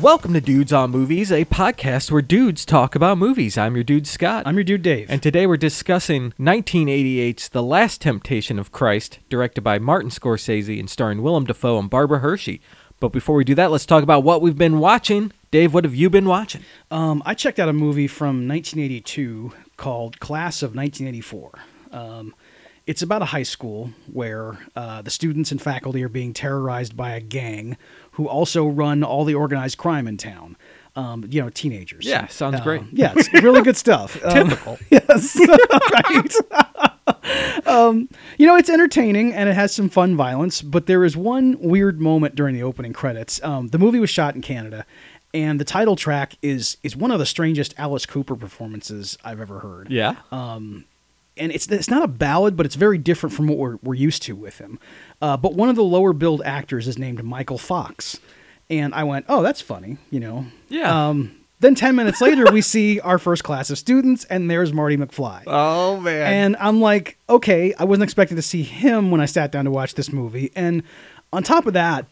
Welcome to Dudes on Movies, a podcast where dudes talk about movies. I'm your dude Scott. I'm your dude Dave. and today we're discussing 1988's The Last Temptation of Christ, directed by Martin Scorsese and starring Willem Dafoe and Barbara Hershey. But before we do that, let's talk about what we've been watching. Dave, what have you been watching? um, I checked out a movie from 1982 called Class of 1984. Um, it's about a high school where uh, the students and faculty are being terrorized by a gang who also run all the organized crime in town. Um, you know, teenagers. Yeah, sounds Um, great. Yeah, it's really good stuff. Um, Typical. yes. right. um, you know, it's entertaining and it has some fun violence, but there is one weird moment during the opening credits. Um, the movie was shot in Canada, and the title track is is one of the strangest Alice Cooper performances I've ever heard Yeah. and it's it's not a ballad, but it's very different from what we're, we're used to with him. Uh, but one of the lower billed actors is named Michael Fox, and I went, "Oh, that's funny," you know. Yeah. Um, then ten minutes later, we see our first class of students, and there's Marty McFly. oh man. And I'm like, okay, I wasn't expecting to see him when I sat down to watch this movie. And on top of that,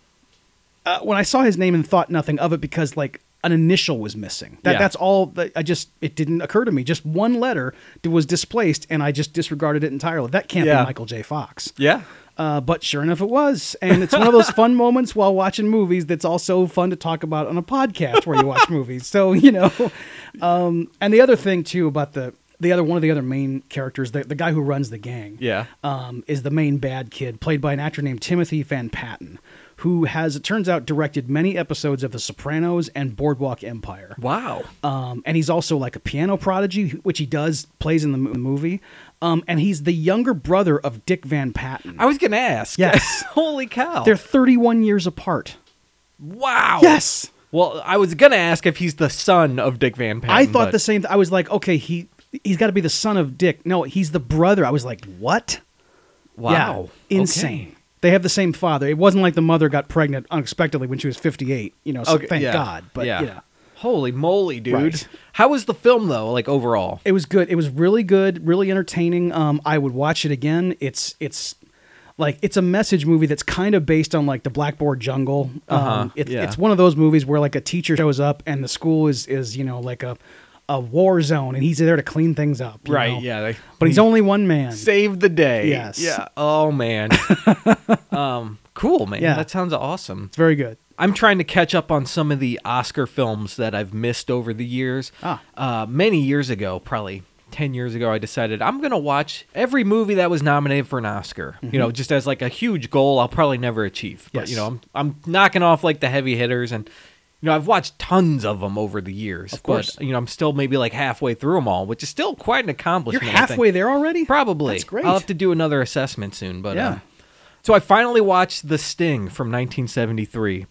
uh, when I saw his name and thought nothing of it because like an initial was missing. That Yeah. that's all. That I just it didn't occur to me. Just one letter d- was displaced, and I just disregarded it entirely. That can't Yeah. be Michael J. Fox. yeah. Uh, but sure enough, it was, and it's one of those fun moments while watching movies that's also fun to talk about on a podcast where you watch movies. So you know, um, and the other thing too about the the other one of the other main characters, the, the guy who runs the gang, Yeah. um, is the main bad kid played by an actor named Timothy Van Patten, who has it turns out directed many episodes of The Sopranos and Boardwalk Empire. Wow. Um, and he's also like a piano prodigy, which he does plays in the mo- movie. Um, and he's the younger brother of Dick Van Patten. I was gonna ask. Yes. Holy cow. They're 31 years apart. wow. Yes. Well, I was gonna ask if he's the son of Dick Van Patten. I thought but- the same. Th- I was like, okay, he he's got to be the son of Dick. No, he's the brother. I was like, what? Wow. Yeah, insane. They have the same father. It wasn't like the mother got pregnant unexpectedly when she was 58, you know, so Okay, thank yeah, God. But yeah. Holy moly, dude. Right. How was the film though, like overall? It was good. It was really good, really entertaining. Um, I would watch it again. It's it's like it's a message movie that's kind of based on like the Blackboard Jungle. Um, Uh-huh, it's, yeah. it's one of those movies where like a teacher shows up and the school is is you know like a a war zone and he's there to clean things up. you know? They But he's only one man. saved the day. Yes. Yeah. Oh man. um cool, man. Yeah. That sounds awesome. It's very good. I'm trying to catch up on some of the Oscar films that I've missed over the years. Ah. Uh, many years ago, probably 10 years ago, I decided I'm going to watch every movie that was nominated for an Oscar. You know, just as like a huge goal I'll probably never achieve. But, Mm-hmm. Yes. you know, I'm, I'm knocking off like the heavy hitters and. You know, I've watched tons of them over the years, of course. but you know, I'm still maybe like halfway through them all, which is still quite an You're accomplishment. I think. halfway there already? Probably. That's great. I'll have to do another assessment soon, but Yeah. um, so I finally watched The Sting from 1973.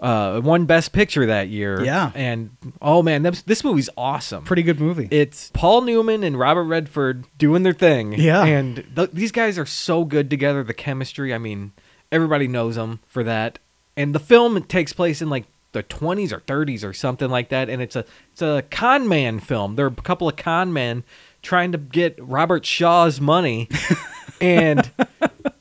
Uh, it won Best Picture that year. Yeah. and oh man, this, this movie's awesome. Pretty good movie. It's Paul Newman and Robert Redford doing their thing. Yeah. and th- these guys are so good together. The chemistry. I mean, everybody knows them for that. And the film takes place in like the 20s or 30s or something like that. And it's a it's a con man film. There are a couple of con men trying to get Robert Shaw's money, and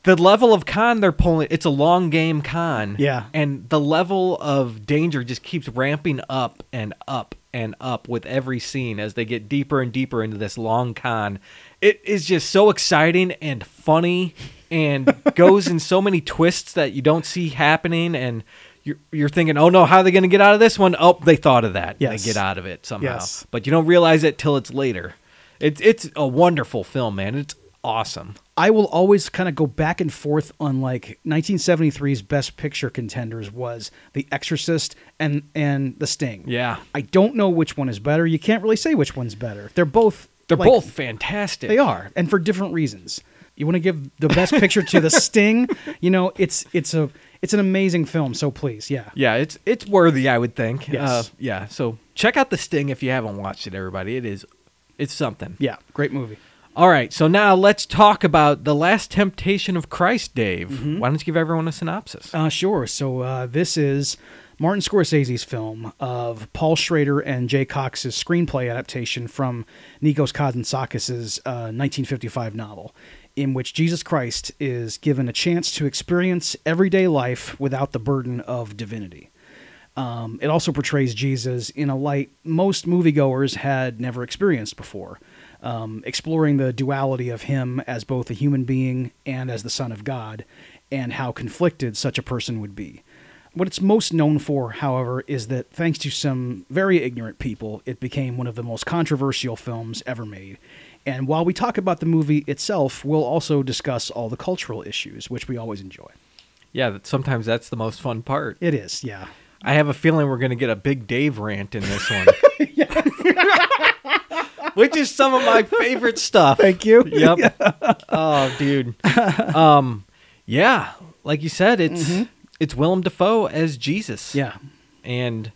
the level of con they're pulling. It's a long game con. Yeah. And the level of danger just keeps ramping up and up and up with every scene as they get deeper and deeper into this long con. It is just so exciting and funny and goes in so many twists that you don't see happening and you're, you're thinking, oh no, how are they going to get out of this one? Oh, they thought of that. Yes. They get out of it somehow. Yes. But you don't realize it till it's later. It's, it's a wonderful film, man. It's awesome. I will always kind of go back and forth on like 1973's best picture contenders was The Exorcist and and The Sting. Yeah. I don't know which one is better. You can't really say which one's better. They're both They're like, both fantastic. they are and for different reasons. You want to give the best picture to The Sting, you know, it's it's a it's an amazing film, so please, yeah. Yeah, it's it's worthy, I would think. Yes. Uh, yeah. So check out the Sting if you haven't watched it, everybody. It is, it's something. Yeah, great movie. All right. So now let's talk about the Last Temptation of Christ, Dave. Why don't you give everyone a synopsis? Mm-hmm. Uh, sure. So uh, this is Martin Scorsese's film of Paul Schrader and Jay Cox's screenplay adaptation from Nikos Kazantzakis' uh, 1955 novel, in which Jesus Christ is given a chance to experience everyday life without the burden of divinity. Um, it also portrays Jesus in a light most moviegoers had never experienced before, um, exploring the duality of him as both a human being and as the Son of God, and how conflicted such a person would be. What it's most known for, however, is that thanks to some very ignorant people, it became one of the most controversial films ever made. And while we talk about the movie itself, we'll also discuss all the cultural issues, which we always enjoy. Yeah, that, sometimes that's the most fun part. It is, yeah. I have a feeling we're going to get a big Dave rant in this one. Which is some of my favorite stuff. Thank you. Yep. Oh, dude. Um, yeah, like you said, it's it's Willem Dafoe as Jesus. Mm-hmm. Yeah. and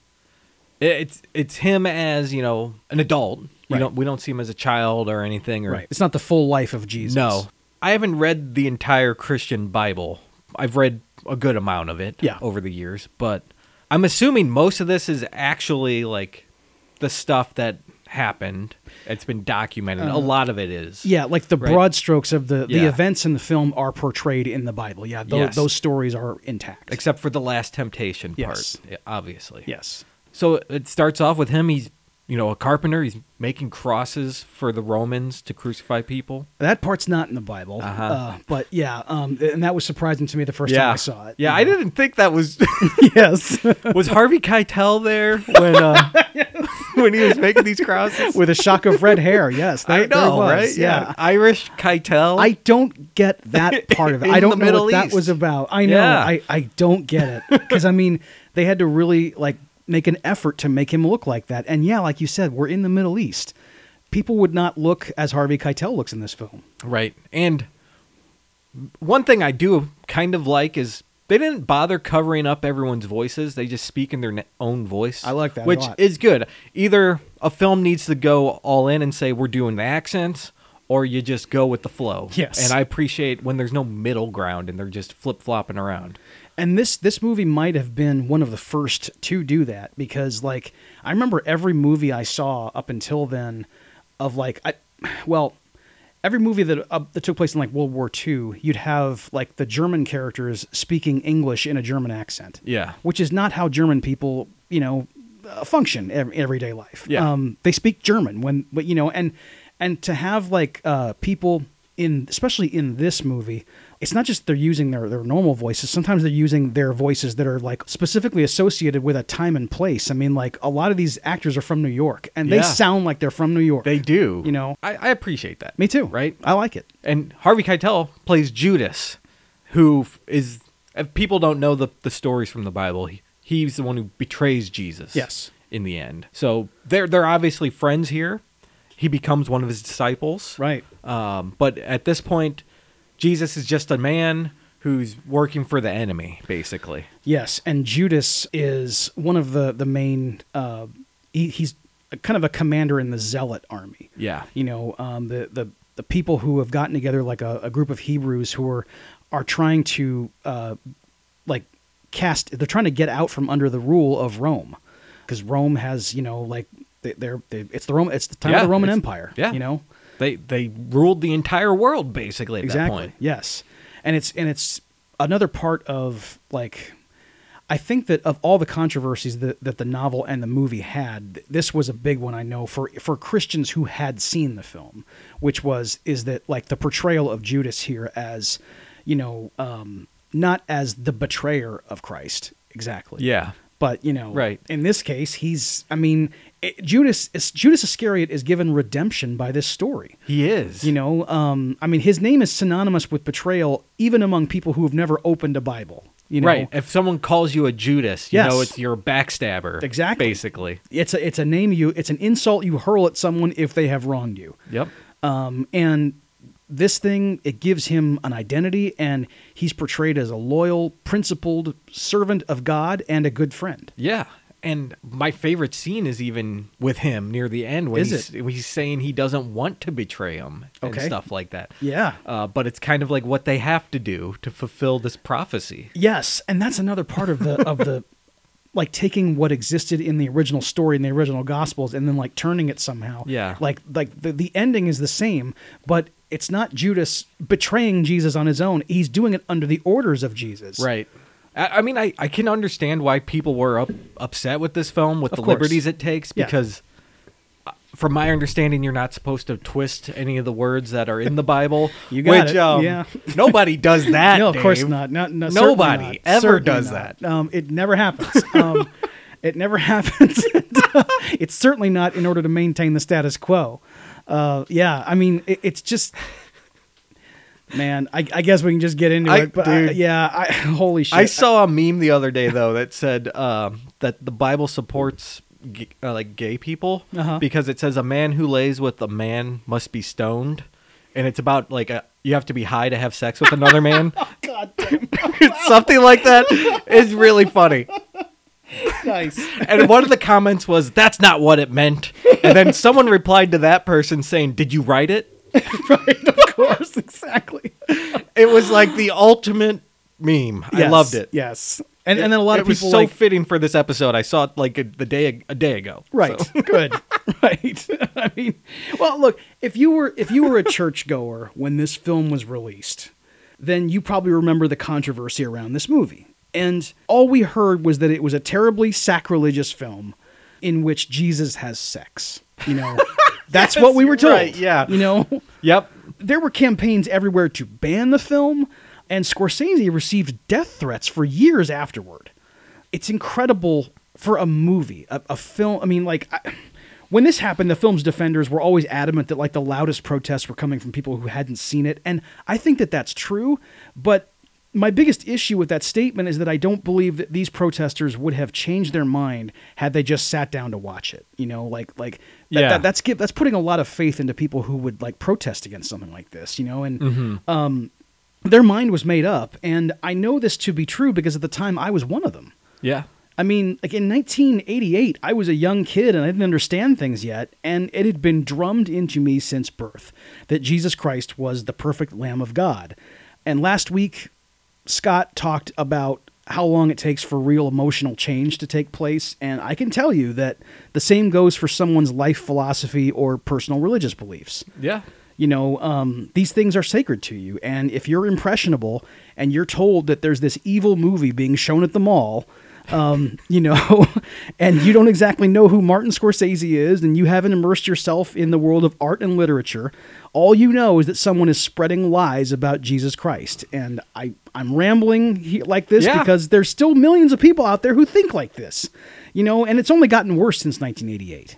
it- it's it's him as you know an adult. We Right. don't we don't see him as a child or anything. Or Right. It's not the full life of Jesus. no, I haven't read the entire Christian Bible. I've read a good amount of it Yeah. over the years, but I'm assuming most of this is actually like the stuff that happened. It's been documented. Uh-huh. a lot of it is. Yeah, like the Right. broad strokes of the, the Yeah. events in the film are portrayed in the Bible. Yeah, tho- Yes. those stories are intact. Except for the last temptation Yes. part, obviously. yes. So it starts off with him. He's, you know, a carpenter. He's making crosses for the Romans to crucify people. That part's not in the Bible. Uh-huh. Uh, but yeah, um, and that was surprising to me the first time I saw it. Yeah, I didn't think that was yes. was Harvey Keitel there when uh, when he was making these crosses. With a shock of red hair. Yes. I there- there know, was, right? Yeah. Irish Keitel. I don't get that part of it. In I don't the know Middle what that East. was about. I know. Yeah. I, I don't get it. Because, I mean, they had to really, like, make an effort to make him look like that. And yeah, like you said, we're in the Middle East. People would not look as Harvey Keitel looks in this film. right. And one thing I do kind of like is they didn't bother covering up everyone's voices. They just speak in their na- own voice. I like that a which lot. is good. Either a film needs to go all in and say we're doing the accents, or you just go with the flow. Yes. and I appreciate when there's no middle ground and they're just flip flopping around. And this this movie might have been one of the first to do that because like I remember every movie I saw up until then of like I well every movie that uh, that took place in like World War II you'd have like the German characters speaking English in a German accent Yeah, which is not how German people, you know, uh, function ev- everyday life. Yeah. Um, they speak German when, but you know, and and to have like uh, people in, especially in this movie, it's not just they're using their their normal voices. Sometimes they're using their voices that are like specifically associated with a time and place. I mean, like a lot of these actors are from New York, and they Yeah. sound like they're from New York. they do. you know. I, I appreciate that. Me too. Right? I like it. And Harvey Keitel plays Judas, who f- is if people don't know the the stories from the Bible, he, he's the one who betrays Jesus. Yes. In the end, so they're they're obviously friends here. He becomes one of his disciples. Right. Um, but at this point, Jesus is just a man who's working for the enemy, basically. Yes, and Judas is one of the the main. Uh, he, he's a- kind of a commander in the zealot army. Yeah. you know um, the the the people who have gotten together like a, a group of Hebrews who are are trying to uh, like cast. They're trying to get out from under the rule of Rome because Rome has you know like they, they're they, it's the Rome it's the time Yeah, of the Roman it's- Empire. yeah. you know They they ruled the entire world basically at exactly that point. yes and it's and it's another part of like i think that of all the controversies that, that the novel and the movie had th- this was a big one i know for for christians who had seen the film which was is that like the portrayal of judas here as you know um not as the betrayer of christ exactly Yeah. but you know Right. in this case he's i mean it, judas is judas iscariot is given redemption by this story He is. you know, um, I mean, his name is synonymous with betrayal, even among people who have never opened a Bible. You know, right. If someone calls you a Judas, you Yes. know it's you're a backstabber. Exactly. Basically. It's a it's a name you it's an insult you hurl at someone if they have wronged you. Yep. Um, and this thing it gives him an identity, and he's portrayed as a loyal, principled servant of God and a good friend. Yeah. And my favorite scene is even with him near the end when, Is he's, when he's saying he doesn't want to betray him and Okay. stuff like that. Yeah. Uh, but it's kind of like what they have to do to fulfill this prophecy. Yes, and that's another part of the of the like taking what existed in the original story in the original gospels and then like turning it somehow. Yeah. Like like the, the ending is the same, but it's not Judas betraying Jesus on his own. He's doing it under the orders of Jesus. I, I mean, I, I can understand why people were up, upset with this film with Of the course. liberties it takes Yeah. because, uh, from my understanding, you're not supposed to twist any of the words that are in the Bible. You got which, it. Um, Yeah. nobody does that. no, of course Dave. not. Not, no, certainly Nobody not. ever Certainly does not. Um, it never happens. Um, it never happens. it's certainly not in order to maintain the status quo. Uh, yeah, I mean, it, it's just. Man, I, I guess we can just get into I- it. But I- dude. yeah, I, holy shit! I saw a meme the other day though that said um, that the Bible supports g- uh, like gay people Uh-huh. because it says a man who lays with a man must be stoned, and it's about like a, you have to be high to have sex with another man. God damn, It's something like that. It's really funny. nice. And one of the comments was, "That's not what it meant." And then someone replied to that person saying, "Did you write it?" right, of course, exactly. It was like the ultimate meme. I Yes, loved it. Yes, and and then a lot it of was people so like, fitting for this episode. I saw it like a, the day a day ago. Right. So- Good. right. I mean, well, look, if you were if you were a churchgoer when this film was released, then you probably remember the controversy around this movie. And all we heard was that it was a terribly sacrilegious film in which Jesus has sex. You know, that's what we were told. right, yeah. You know, Yep. there were campaigns everywhere to ban the film, and Scorsese received death threats for years afterward. It's incredible for a movie, a, a film. I mean, like, I, when this happened, the film's defenders were always adamant that, like, the loudest protests were coming from people who hadn't seen it. And I think that that's true, but. My biggest issue with that statement is that I don't believe that these protesters would have changed their mind had they just sat down to watch it. You know, like like that- Yeah. that- that's give, that's putting a lot of faith into people who would like protest against something like this, you know, and um, their mind was made up. And I know this to be true because at the time I was one of them. Yeah. I mean, like in 1988, I was a young kid and I didn't understand things yet. And it had been drummed into me since birth that Jesus Christ was the perfect Lamb of God. And last week, Scott talked about how long it takes for real emotional change to take place. And I can tell you that the same goes for someone's life philosophy or personal religious beliefs Yeah. you know um, these things are sacred to you and if you're impressionable and you're told that there's this evil movie being shown at the mall um, you know and you don't exactly know who martin scorsese is and you haven't immersed yourself in the world of art and literature all you know is that someone is spreading lies about jesus christ and i i'm rambling he- like this Yeah. because there's still millions of people out there who think like this you know and it's only gotten worse since 1988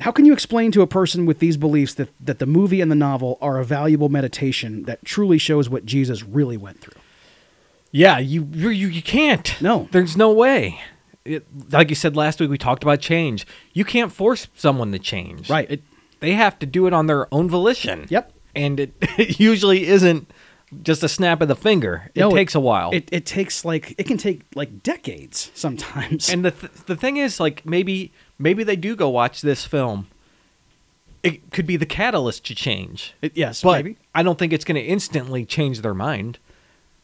how can you explain to a person with these beliefs that, that the movie and the novel are a valuable meditation that truly shows what Jesus really went through? Yeah. You you you you can't. No. There's no way. It, like you said last week, we talked about change. You can't force someone to change. Right. It, they have to do it on their own volition. Yep. And it, it usually isn't just a snap of the finger. It No, takes a while. It, it takes like it can take like decades sometimes. And the th- the thing is, like maybe maybe they do go watch this film. It could be the catalyst to change. It- yes, but maybe. I don't think it's going to instantly change their mind.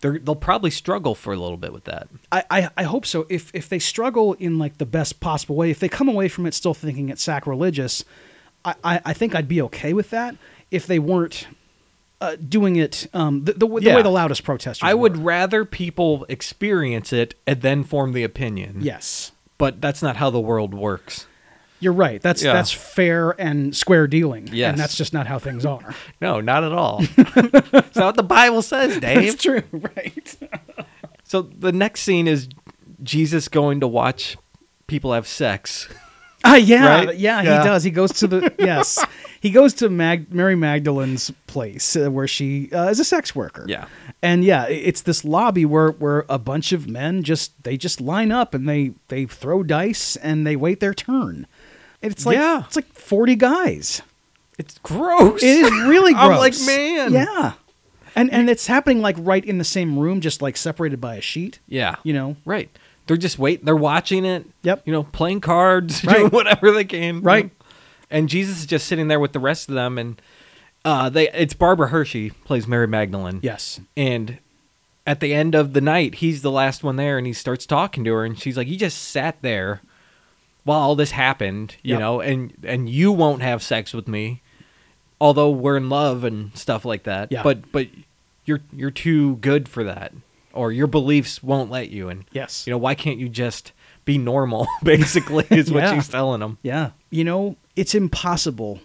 They're, they'll probably struggle for a little bit with that. I, I, I hope so. If if they struggle in like the best possible way, if they come away from it still thinking it's sacrilegious, I, I, I think I'd be okay with that. If they weren't uh, doing it um, the, the, w- the Yeah. way the loudest protesters, I would were. rather people experience it and then form the opinion. yes. but that's not how the world works. You're right. That's Yeah. that's fair and square dealing. Yes. And that's just not how things are. No, not at all. it's not what the Bible says, Dave. It's true, right? So the next scene is Jesus going to watch people have sex. Ah, yeah, Right? yeah, Yeah. he does. He goes to the yes, he goes to Mag- Mary Magdalene's place uh, where she uh, is a sex worker. Yeah. and yeah, i- it's this lobby where where a bunch of men just they just line up and they they throw dice and they wait their turn. It's like Yeah. it's like forty guys. It's gross. It is really gross. I'm like, man. yeah, and and it's happening like right in the same room, just like separated by a sheet. Yeah. you know, Right. They're just waiting. They're watching it. Yep. You know, playing cards, Right. doing whatever they can. you Right. know. And Jesus is just sitting there with the rest of them, and uh, they it's Barbara Hershey plays Mary Magdalene. yes, And at the end of the night, he's the last one there, and he starts talking to her, and she's like, "You just sat there while all this happened, you Yep. know, and and you won't have sex with me, although we're in love and stuff like that. Yeah. But but you're you're too good for that. or your beliefs won't let you. And Yes. you know why can't you just be normal? Basically, is what Yeah. she's telling him. yeah. You know, it's impossible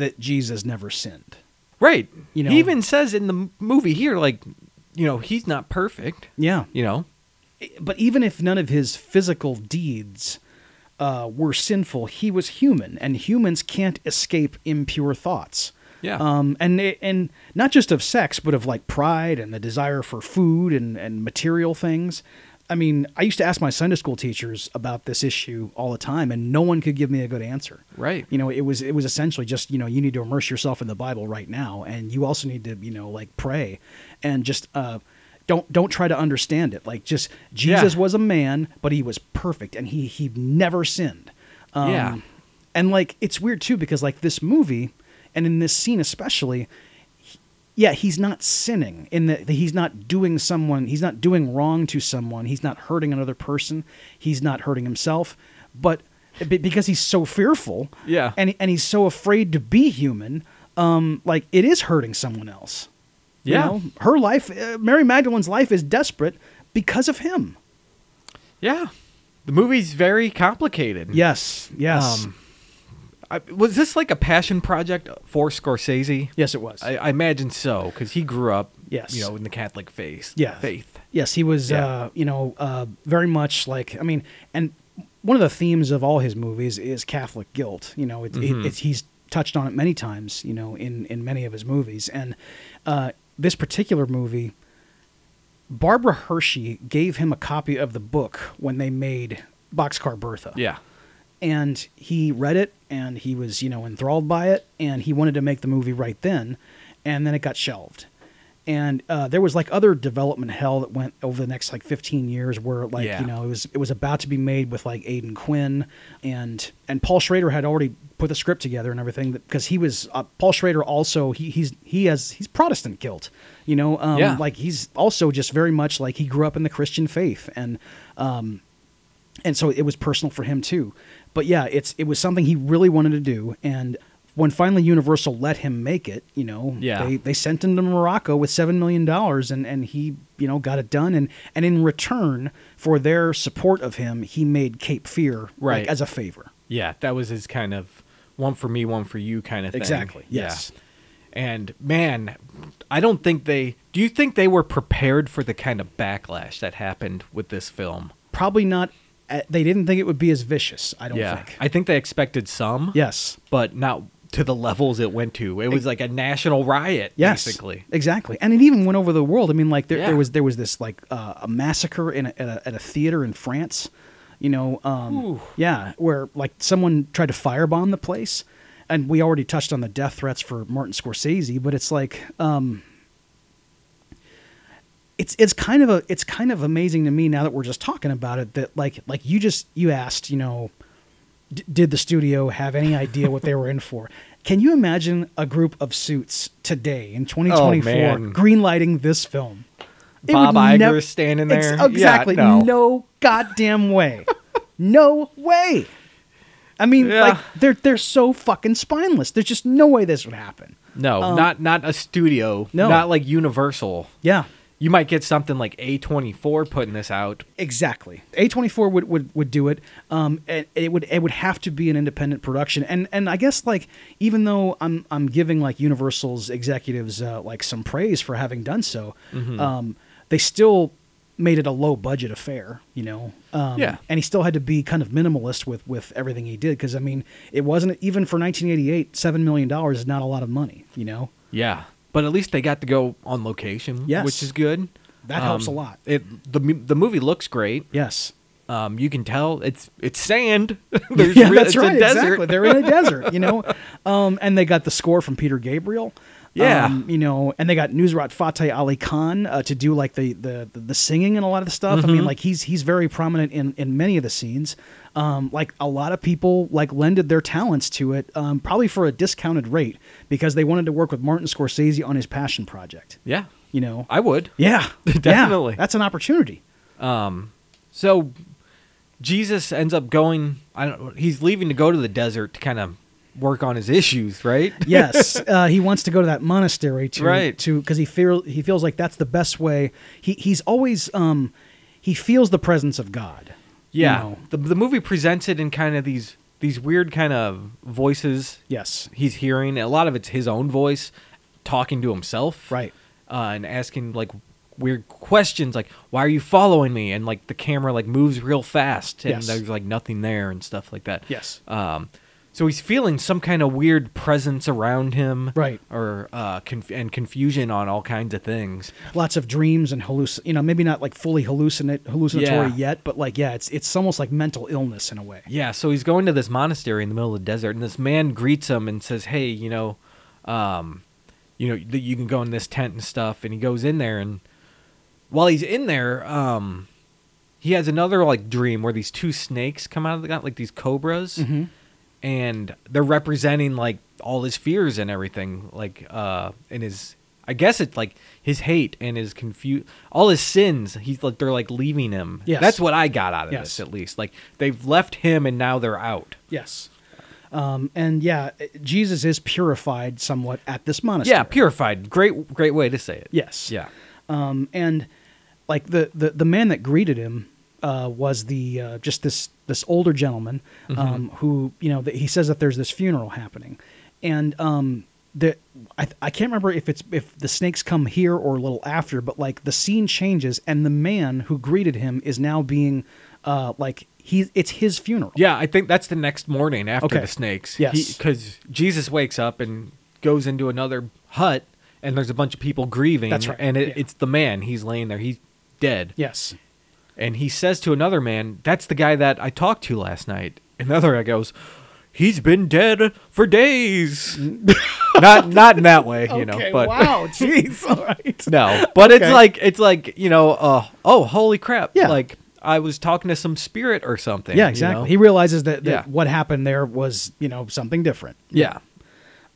that Jesus never sinned. Right. You know- he even says in the m- movie here, like, you know, he's not perfect. Yeah. You know, But even if none of his physical deeds uh, were sinful, he was human, and humans can't escape impure thoughts. Yeah. Um, and it- and not just of sex, but of like pride and the desire for food and and material things. I mean, I used to ask my Sunday school teachers about this issue all the time, and no one could give me a good answer. Right. You know, it was it was essentially just you know you need to immerse yourself in the Bible right now, and you also need to you know like pray, and just uh, don't don't try to understand it. Like just Jesus Yeah. was a man, but he was perfect, and he he never sinned. Um, Yeah. And like it's weird too because like this movie and in this scene especially he- yeah, he's not sinning in that that he's not doing someone, he's not doing wrong to someone, he's not hurting another person, he's not hurting himself, but be- because he's so fearful, Yeah. and and he's so afraid to be human, um, like it is hurting someone else. You Yeah. know? her life, uh, Mary Magdalene's life is desperate because of him. yeah. The movie's very complicated. Yes, yes, Mm. Um, I, was this like a passion project for Scorsese? yes, it was. I, I imagine so, because he grew up, Yes. you know, in the Catholic faith. Yeah. faith. Yes, he was, Yeah. uh, you know, uh, very much like, I mean, and one of the themes of all his movies is Catholic guilt. You know, it, it- Mm-hmm. it's, he's touched on it many times, you know, in, in many of his movies. And uh, this particular movie, Barbara Hershey gave him a copy of the book when they made Boxcar Bertha Yeah, and he read it and he was you know enthralled by it and he wanted to make the movie right then and then it got shelved and uh, there was like other development hell that went over the next like 15 years where like Yeah. you know it was it was about to be made with like Aidan Quinn and and Paul Schrader had already put the script together and everything because he was uh, Paul Schrader also he he's he has he's Protestant guilt you know um, Yeah. like he's also just very much like he grew up in the Christian faith and um, and so it was personal for him too. But yeah, it's it was something he really wanted to do, and when finally Universal let him make it, you know, Yeah. they they sent him to Morocco with seven million dollars, and and he you know got it done, and and in return for their support of him, he made Cape Fear like, Right. as a favor. yeah. That was his kind of one for me, one for you kind of thing. Exactly, yes. Yeah. And man, I don't think they. Do you think they were prepared for the kind of backlash that happened with this film? Probably not. uh, They didn't think it would be as vicious. I don't yeah, think. I think they expected some. yes. but not to the levels it went to. It was like a national riot, Yes, basically. exactly, and it even went over the world. I mean, like there, Yeah. there was there was this like uh, a massacre in a, at, a, at a theater in France, you know, um, Ooh. yeah, where like someone tried to firebomb the place, and we already touched on the death threats for Martin Scorsese, but it's like um, it's it's kind of a it's kind of amazing to me now that we're just talking about it that like like you just you asked you know d- did the studio have any idea what they were in for? Can you imagine a group of suits today in 2024 Oh, man. greenlighting this film? It Bob would Iger nev- standing Ex- there? Yeah, exactly. no. goddamn way. no way. I mean, Yeah. like they're they're so fucking spineless. There's just no way this would happen. No, Um, not not a studio. No. Not like Universal. Yeah. You might get something like A24 putting this out. Exactly. A24 would, would, would do it. Um, and it would it would have to be an independent production. And and I guess like even though I'm I'm giving like Universal's executives uh, like some praise for having done so, um, they still made it a low budget affair, you know. Um, Yeah. And he still had to be kind of minimalist with with everything he did because I mean it wasn't even for 1988 seven million dollars is not a lot of money, you know. Yeah. But at least they got to go on location, Yes. which is good. Um, That helps a lot. It the mu- the movie looks great. Yes. Um, you can tell it's it's sand. There's yeah, real- that's it's right. a desert. Exactly. They're in a desert, you know. Um, and they got the score from Peter Gabriel. Yeah. Um, you know, and they got Nusrat Fateh Ali Khan uh, to do like the, the the singing and a lot of the stuff. Mm-hmm. I mean, like he's he's very prominent in in many of the scenes. Um, like a lot of people like lended their talents to it, um, probably for a discounted rate because they wanted to work with Martin Scorsese on his passion project. Yeah. You know. I would. yeah. Yeah. Definitely. that's an opportunity. So Jesus ends up going. I don't. He's leaving to go to the desert to kind of work on his issues, right? yes, uh, he wants to go to that monastery to Right. to because he feel he feels like that's the best way. He he's always um he feels the presence of God. you Yeah. know. The the movie presents it in kind of these these weird kind of voices Yes. he's hearing. A lot of it's his own voice talking to himself. Right. Uh, and asking like weird questions like why are you following me and like the camera like moves real fast and Yes. there's like nothing there and stuff like that Yes. um so he's feeling some kind of weird presence around him Right. or uh conf- and confusion on all kinds of things Lots of dreams and halluc you know, maybe not like fully hallucinate hallucinatory Yeah. yet, but like yeah, it's it's almost like mental illness in a way. Yeah, so he's going to this monastery in the middle of the desert, and this man greets him and says, "Hey, you know, um, you know, that you can go in this tent and stuff." And he goes in there, and while he's in there, um, he has another like dream where these two snakes come out of the like these cobras, Mm-hmm. and they're representing like all his fears and everything, like uh, and his. I guess it's like his hate and his confuse, all his sins. He's like they're like leaving him. Yes. that's what I got out of Yes. this at least. Like they've left him and now they're out. Yes. Um, and yeah, Jesus is purified somewhat at this monastery. Yeah, purified. Great great way to say it. Yes. Yeah. Um, and like the, the the man that greeted him uh, was the uh, just this this older gentleman Mm-hmm. um, who you know that he says that there's this funeral happening, and um, the I, I can't remember if it's if the snakes come here or a little after, but like the scene changes and the man who greeted him is now being uh, like he it's his funeral. Yeah, I think that's the next morning after Okay. the snakes. Yes. Because Jesus wakes up and goes into another hut and there's a bunch of people grieving. That's right, And it, yeah. it's the man. He's laying there. He's dead. Yes. And he says to another man, That's the guy that I talked to last night. And the other guy goes, He's been dead for days. not not in that way, you know. But wow. Jeez. All right. No, but it's Okay. like it's like you know, uh, oh, holy crap! Yeah. like I was talking to some spirit or something. Yeah, you exactly. know? He realizes that, that Yeah. what happened there was, you know, something different. yeah,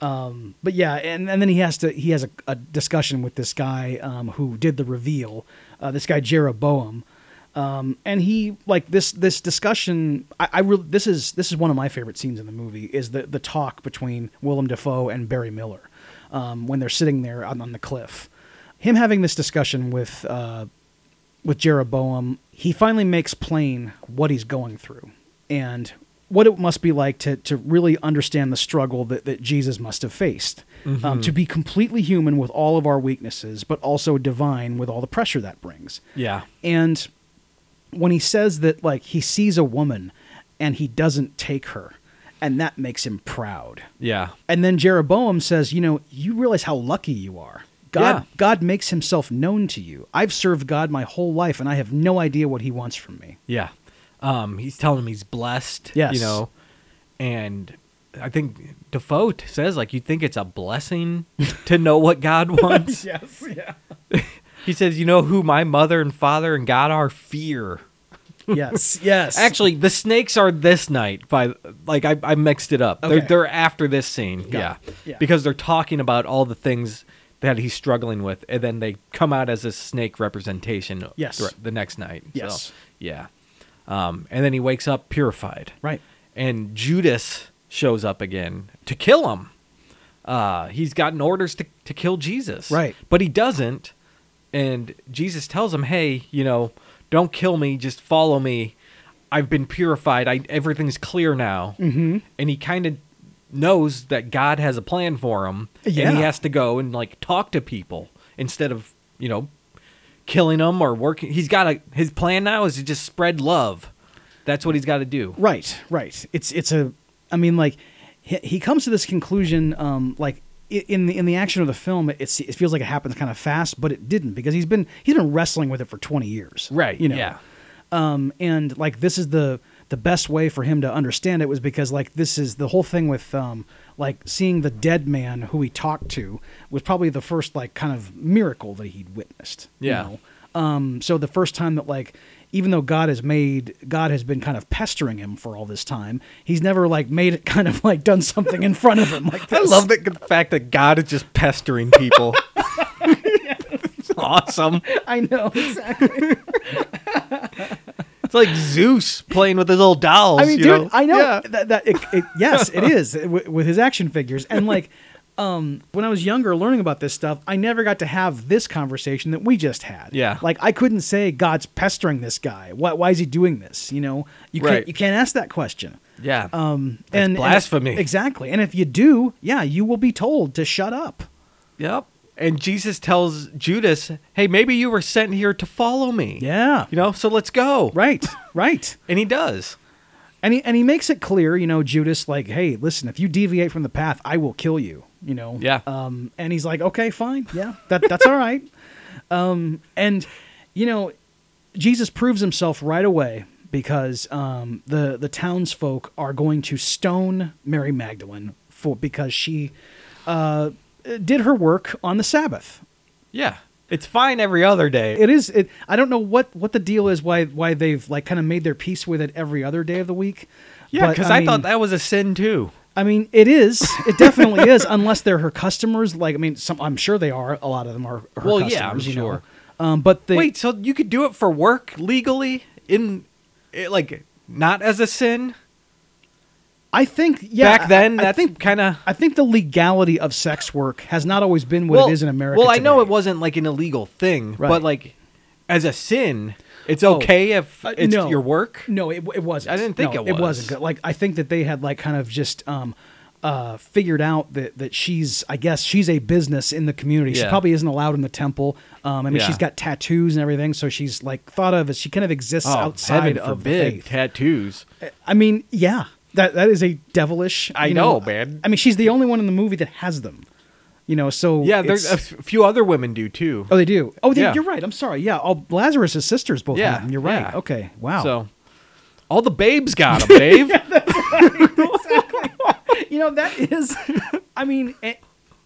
But yeah, and, and then he has to he has a, a discussion with this guy um, who did the reveal, uh, this guy Jeroboam, um, and he like this this discussion. I, I really this is this is one of my favorite scenes in the movie is the the talk between Willem Dafoe and Barry Miller um, when they're sitting there on, on the cliff. Him having this discussion with uh, with Jeroboam, he finally makes plain what he's going through and what it must be like to, to really understand the struggle that, that Jesus must have faced. Um, to be completely human with all of our weaknesses, but also divine with all the pressure that brings. yeah, And when he says that, like, he sees a woman and he doesn't take her, and that makes him proud. yeah, And then Jeroboam says, you know, you realize how lucky you are. God Yeah. God makes himself known to you. I've served God my whole life and I have no idea what he wants from me. yeah. Um, he's telling him he's blessed. Yes. you know, and I think Defoe t- says like you think it's a blessing to know what God wants. Yes, yeah. He says, you know who my mother and father and God are fear. Yes, yes. Actually, the snakes are this night. By like, I, I mixed it up. Okay. They're they're after this scene. Yeah. Got it. Yeah. because they're talking about all the things that he's struggling with, and then they come out as a snake representation. Yes. thr- the next night. So, Yes. yeah, um, and then he wakes up purified. Right. and Judas shows up again to kill him. Uh, he's gotten orders to to kill Jesus. Right. but he doesn't and Jesus tells him, "Hey, you know, don't kill me. Just follow me. I've been purified. I everything's clear now." Mm-hmm. And he kind of knows that God has a plan for him, and Yeah. he has to go and like talk to people instead of you know killing them or working. He's got a his plan now is to just spread love. That's what he's got to do. Right, right. It's it's a I mean like he, he comes to this conclusion um like i- in the in the action of the film it's it feels like it happens kind of fast, but it didn't because he's been he's been wrestling with it for 20 years. Right. You know. Yeah. um, and like this is the the best way for him to understand it was because like this is the whole thing with um, like seeing the dead man who he talked to was probably the first like kind of miracle that he'd witnessed. you Yeah. know? Um, so the first time that like even though God has made God has been kind of pestering him for all this time, he's never like made it kind of like done something in front of him like this. I love the the fact that God is just pestering people. it's awesome. I know exactly. It's like Zeus playing with his little dolls. I mean, you dude, know? I know Yeah. that, that it, it, yes, it is with, with his action figures. And like, um, when I was younger, learning about this stuff, I never got to have this conversation that we just had. Yeah. like I couldn't say God's pestering this guy. Why, why is he doing this? You know, you can't Right. you can't ask that question. Yeah. Um, That's and blasphemy. and- exactly. And if you do, yeah, you will be told to shut up. Yep. And Jesus tells Judas, "Hey, maybe you were sent here to follow me." Yeah, You know, so let's go. right, right. And he does. And he and he makes it clear, you know, Judas, like, hey, listen, if you deviate from the path, I will kill you. You know. Yeah. Um, and he's like, okay, fine, yeah, that that's all right. Um, and you know, Jesus proves himself right away because um, the the townsfolk are going to stone Mary Magdalene for because she uh, did her work on the Sabbath. Yeah. It's fine every other day. It is. It, I don't know what what the deal is. Why why they've like kind of made their peace with it every other day of the week. yeah, But, because I, mean- thought that was a sin too. I mean, it is. It definitely is, unless they're her customers. Like, I mean, some I'm sure they are. A lot of them are her Well, customers. yeah, I'm you know. sure. Um, but they, Wait, so you could do it for work legally in, it, like, not as a sin I think, yeah, back then? I, I That's think, kind of I think the legality of sex work has not always been what it is in America. Well, I know it today. wasn't like an illegal thing, Right. but like as a sin, it's okay if Uh, it's no. your work. No, it, it wasn't. I didn't think No, it It was. wasn't good. Like I think that they had like kind of just um, uh, figured out that that she's I guess she's a business in the community. She Yeah. probably isn't allowed in the temple. Um, I mean, Yeah. she's got tattoos and everything, so she's like thought of as she kind of exists outside Oh, heaven of the forbid faith. Oh, tattoos. I mean, yeah, that that is a devilish. I you know, man. I mean, she's the only one in the movie that has them. You know, so Yeah, there's a it's- f- few other women do too. oh, they do. Oh, they, Yeah. you're right. I'm sorry. Yeah, all Lazarus's sisters both Yeah, have them. You're right. yeah. Okay. Wow. So all the babes got them, Dave. you know that is. I mean, eh,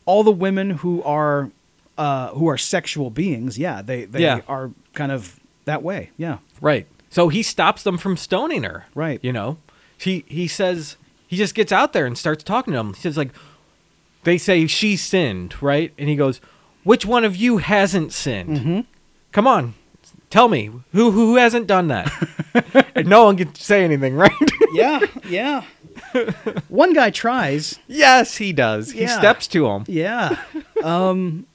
all the women who are uh, who are sexual beings. Yeah, they they Yeah. are kind of that way. Yeah. Right. So he stops them from stoning her. Right. You know, he he says he just gets out there and starts talking to them. He says like, they say she sinned, right? And he goes, which one of you hasn't sinned? Come on, tell me who who hasn't done that. and no one can say anything, right? Yeah. Yeah. one guy tries. yes, he does. He Yeah. steps to him. Yeah. Um,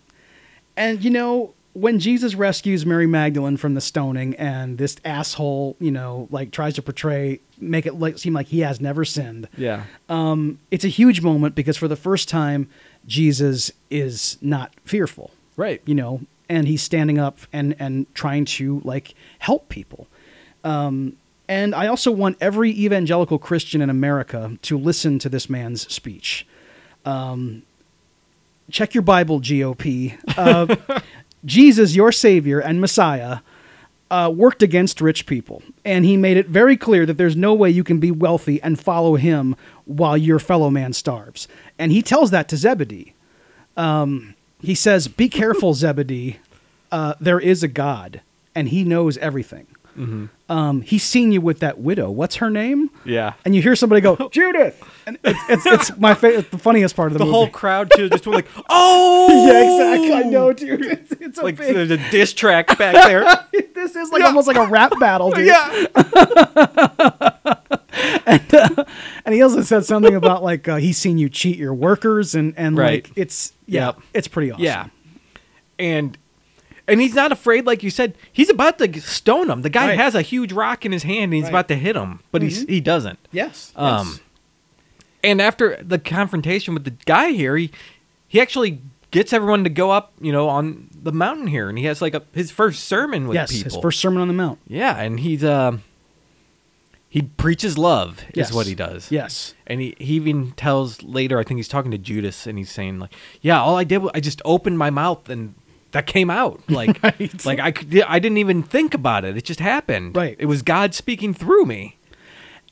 and you know when Jesus rescues Mary Magdalene from the stoning, and this asshole, you know, like tries to portray, make it like, seem like he has never sinned. Yeah. Um, it's a huge moment because for the first time, Jesus is not fearful, Right. you know, and he's standing up and and trying to like help people. Um, and I also want every evangelical Christian in America to listen to this man's speech Um, check your Bible, GOP. Uh, Jesus, your Savior and Messiah, uh, worked against rich people, and he made it very clear that there's no way you can be wealthy and follow him while your fellow man starves. And he tells that to Zebedee. Um, he says, "Be careful, Zebedee. Uh, there is a God, and He knows everything." Um, he's seen you with that widow. What's her name? Mm-hmm. Yeah. And you hear somebody go, Judith. And it's, it's, it's my fa- it's the funniest part of the, The movie whole crowd too just were like, oh, yeah, exactly. I know, dude. It's, it's a Like big- there's a diss track back there. this is like almost like a rap battle, dude. yeah. And he also said something about like uh, he's seen you cheat your workers, and and Right. like it's yeah, Yep. it's pretty awesome. Yeah. And and he's not afraid, like you said. He's about to stone him. The guy Right. has a huge rock in his hand, and he's Right. Mm-hmm. about to hit him, but he's, he doesn't. Yes. Um, And after the confrontation with the guy here, he he actually gets everyone to go up, you know, on the mountain here, and he has like a, his first sermon with yes. people. His first sermon on the mount. yeah, and he's uh, he preaches love Yes. is what he does. Yes. And he, he even tells later, I think he's talking to Judas and he's saying like, yeah, all I did was I just opened my mouth and that came out. Like, Right. like I, could, I didn't even think about it. It just happened. Right. It was God speaking through me.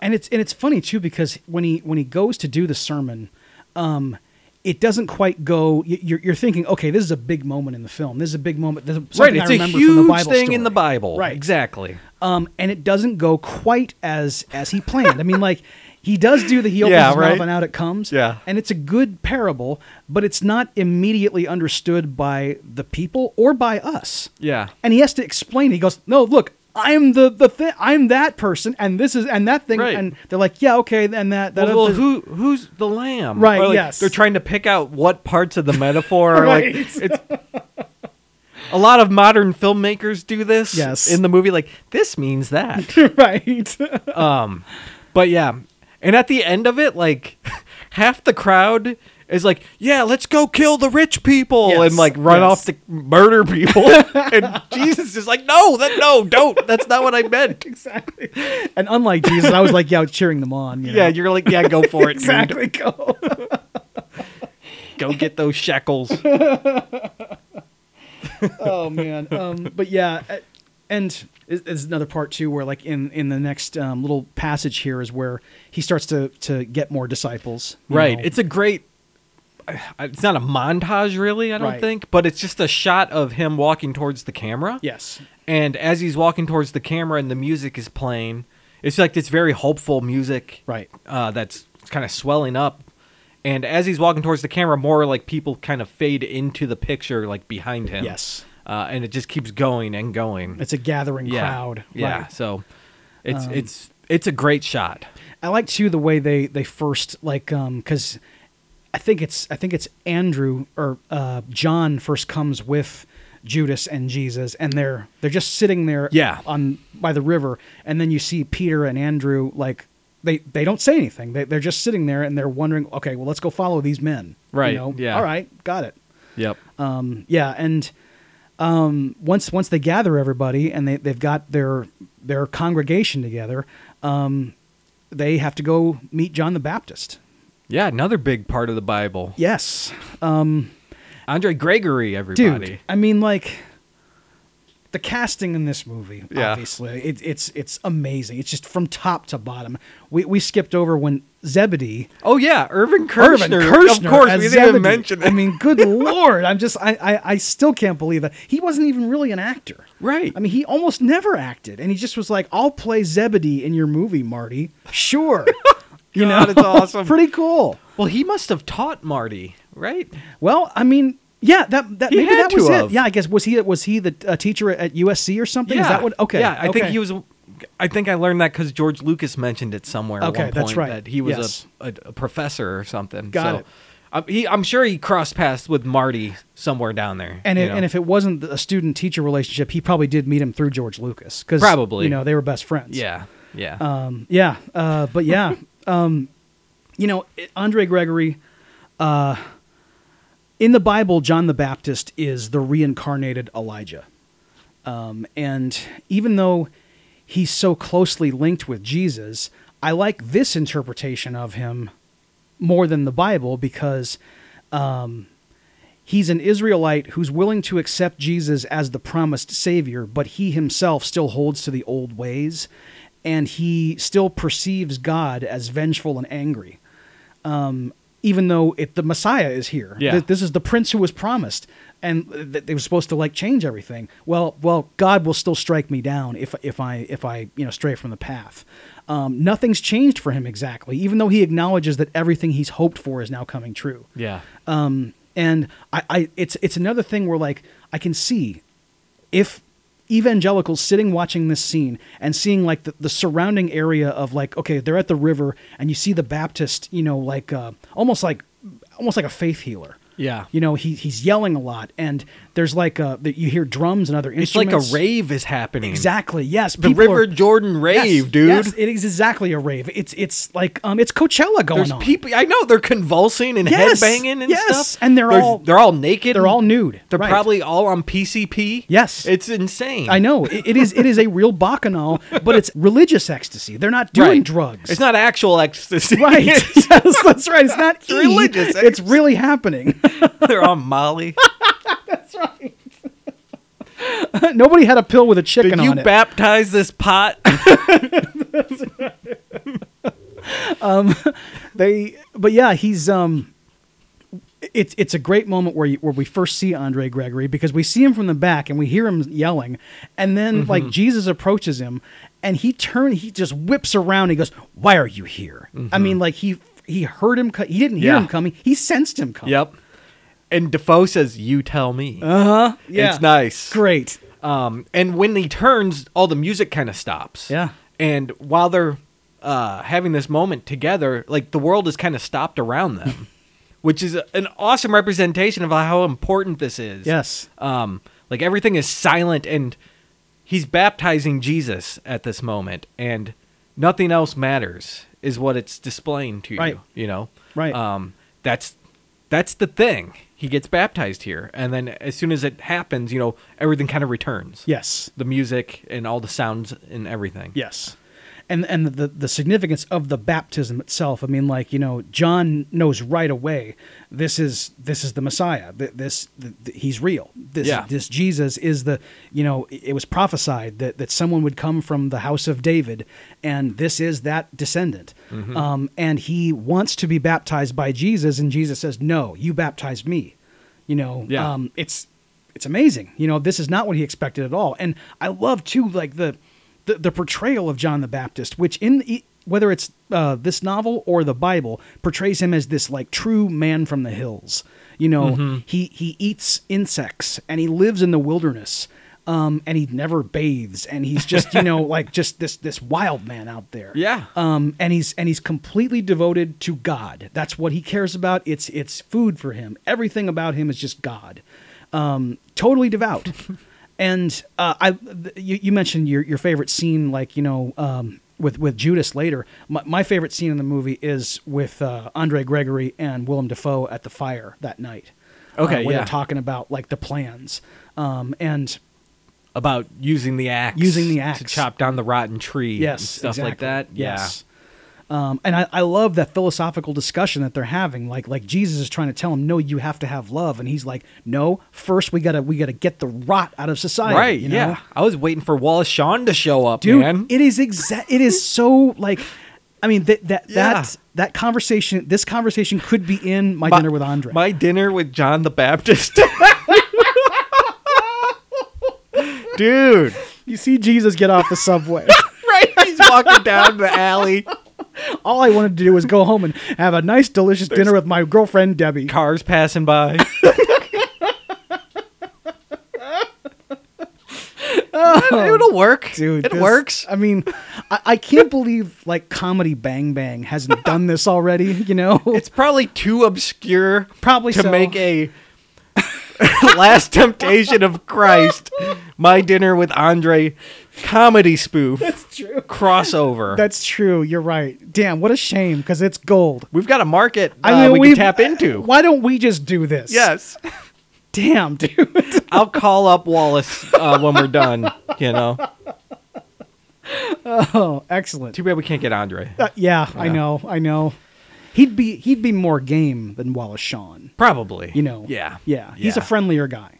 and it's and it's funny too because when he when he goes to do the sermon um it doesn't quite go y- you're, you're thinking okay this is a big moment in the film this is a big moment this is something I right. It's a remember from the huge Bible thing story. in the Bible. right Exactly. um, and it doesn't go quite as as he planned. I mean, like he does do the he opens Yeah, his mouth right? and out it comes. Yeah. and it's a good parable, but it's not immediately understood by the people or by us. Yeah. and he has to explain. He goes, "No, look, I'm the the thi- I'm that person, and this is and that thing, Right. and they're like, yeah, okay, and that that Well, well, other- who who's the lamb? Right, Or, like, yes. They're trying to pick out what parts of the metaphor. Are, Right. Like it's a lot of modern filmmakers do this. Yes. in the movie, like this means that. right? um, but yeah, and at the end of it, like half the crowd is like, "Yeah, let's go kill the rich people," Yes, and like run yes. off to murder people. and Jesus is like, "No, that no, don't. That's not what I meant." exactly. And unlike Jesus, I was like, yeah, cheering them on. You know? Yeah, you're like, "Yeah, go for it, dude." exactly. Go. Go get those shekels. oh man um but yeah uh, and is- is another part too where like in in the next um, little passage here is where he starts to to get more disciples you Right. know. It's a great. It's not a montage, really. I don't Right. think, but it's just a shot of him walking towards the camera. yes And as he's walking towards the camera, and the music is playing, it's like this very hopeful music. right Uh, that's kind of swelling up. And as he's walking towards the camera, more like people kind of fade into the picture, like behind him. yes Uh, and it just keeps going and going. it's a gathering yeah. crowd Yeah. right. Um, So, it's it's it's a great shot. i like too the way they they first like um because i think it's i think it's andrew or uh john first comes with Judas and Jesus and they're they're just sitting there Yeah. on by the river and then you see peter and andrew like they they don't say anything they, they're just sitting there and they're wondering okay well let's go follow these men You Right, know? yeah. all right got it Yep. um yeah and um once once they gather everybody and they, they've got their their congregation together um they have to go meet john the baptist Yeah. Another big part of the Bible. yes Andre Gregory, everybody. dude i mean like the casting in this movie Yeah. obviously it, it's it's amazing it's just from top to bottom we, we skipped over when zebedee Oh yeah, Irvin Irvin Kershner. Kershner of course, as we didn't Zebedee. even mention it. i mean good lord i'm just I, I i still can't believe that he wasn't even really an actor right. I mean, he almost never acted, and he just was like, "I'll play Zebedee in your movie, Marty." Sure, you know, God, it's awesome. pretty cool. well, he must have taught Marty, right? Well, I mean, yeah, that that He maybe had that was to it. have. Yeah, I guess was he was he the uh, teacher at USC or something? Is that what? Okay, Yeah, I think okay. he was. I think I learned that because George Lucas mentioned it somewhere. Okay, at one that's point, right. That he was Yes. a, a, a professor or something. Got so, it. I'm, he, I'm sure he crossed paths with Marty somewhere down there. And you if, know. and if it wasn't a student teacher relationship, he probably did meet him through George Lucas because Probably. you know they were best friends. yeah, yeah, Um, yeah, uh, but yeah, um, you know, Andre Gregory, uh, in the Bible, John the Baptist is the reincarnated Elijah, um, and even though he's so closely linked with Jesus, I like this interpretation of him more than the Bible because. He's an Israelite who's willing to accept Jesus as the promised Savior, but he himself still holds to the old ways, and he still perceives God as vengeful and angry. Um, even though it, the Messiah is here, Yeah. Th- this is the Prince who was promised, and th- they were supposed to like change everything. Well, well, God will still strike me down if if I if I you know stray from the path. Um, nothing's changed for him exactly, even though he acknowledges that everything he's hoped for is now coming true yeah. um, and I, I it's it's another thing where like I can see if evangelicals sitting watching this scene and seeing like the, the surrounding area of like okay they're at the river and you see the Baptist you know like uh, almost like almost like a faith healer Yeah. you know he he's yelling a lot and there's like uh that you hear drums and other It's like instruments a rave is happening. exactly yes The people River are- Jordan Yes, rave, dude. yes, it is exactly a rave it's it's like um it's Coachella going There's on people. I know they're convulsing and Yes, headbanging and yes, stuff. and they're There's- all- they're all naked. they're and all nude They're right. probably all on PCP. Yes. it's insane. I know it, it is. It is a real bacchanal, but it's religious ecstasy. They're not doing Right. drugs. It's not actual ecstasy. right. yes, that's right. It's not E. religious It's really happening. they're on Molly. Nobody had a pill with a chicken Did you on it. baptize this pot? they, but yeah, he's um. It's it's a great moment where you, where we first see Andre Gregory because we see him from the back and we hear him yelling, and then Mm-hmm. like Jesus approaches him, and he turn he just whips around. And he goes, "Why are you here?" I mean, like he he heard him. Co- he didn't hear Mm-hmm. Yeah. him coming. He sensed him coming. yep. And Defoe says, "You tell me." Uh huh. Yeah. It's nice. Great. Um, and when he turns, all the music kind of stops. Yeah. And while they're uh, having this moment together, like the world is kind of stopped around them, which is an awesome representation of how important this is. Yes. Um, like everything is silent, and he's baptizing Jesus at this moment, and nothing else matters. Is what it's displaying to you. Right. You know. Right. Um, that's that's the thing. He gets baptized here, and then as soon as it happens, you know everything kind of returns. Yes. The music and all the sounds and everything. Yes. And and the the significance of the baptism itself. I mean, like you know, John knows right away this is this is the Messiah. Th- This, th th- he's real. This Yeah. this Jesus is the you know it it was prophesied that that someone would come from the house of David, and this is that descendant. Mm-hmm. Um, and he wants to be baptized by Jesus, and Jesus says, "No, you baptized me." You know, Yeah. um, it's it's amazing. You know, this is not what he expected at all. And I love too, like the the, the portrayal of John the Baptist, which in e- whether it's uh, this novel or the Bible, portrays him as this like true man from the hills. You know, he he eats insects and he lives in the wilderness. Um, and he never bathes, and he's just you know like just this this wild man out there. Yeah. Um, and he's and he's completely devoted to God. That's what he cares about. It's it's food for him. Everything about him is just God. Um, totally devout. and uh, I, th- you, you mentioned your your favorite scene, like you know, um, with with Judas later. My, my favorite scene in the movie is with uh, Andre Gregory and Willem Dafoe at the fire that night. Okay, uh, when yeah. they're talking about like the plans. Um, and About using the axe. Using the to axe. chop down the rotten tree. and yes, stuff like exactly. that. Yeah. Yes. Um, and I, I love that philosophical discussion that they're having. Like like Jesus is trying to tell him, no, you have to have love, and he's like, no, first we gotta we gotta get the rot out of society. Right. you know? Yeah. I was waiting for Wallace Shawn to show up, dude, man. it is exact. It is so like, I mean that that Yeah. that that conversation. This conversation could be in my, dinner with Andre. My dinner with John the Baptist. Dude. you see Jesus get off the subway. Right. He's walking down the alley. All I wanted to do was go home and have a nice, delicious dinner with my girlfriend Debbie. Cars passing by. It'll work. Um, dude. it this- works. I mean, I, I can't believe like comedy Bang Bang hasn't done this already. You know, It's probably too obscure Probably to so. make a Last Temptation of Christ, My Dinner with Andre comedy spoof true. crossover. That's true. You're right. Damn, what a shame because it's gold. we've got a market uh, I mean, we we've- can tap into. Why don't we just do this? Yes. Damn, dude. I'll call up Wallace uh, when we're done, you know. Oh, excellent. Too bad we can't get Andre. Uh, yeah, I Yeah. know. I know. He'd be he'd be more game than Wallace Shawn. Probably. You know. Yeah. Yeah. He's a Yeah. friendlier guy.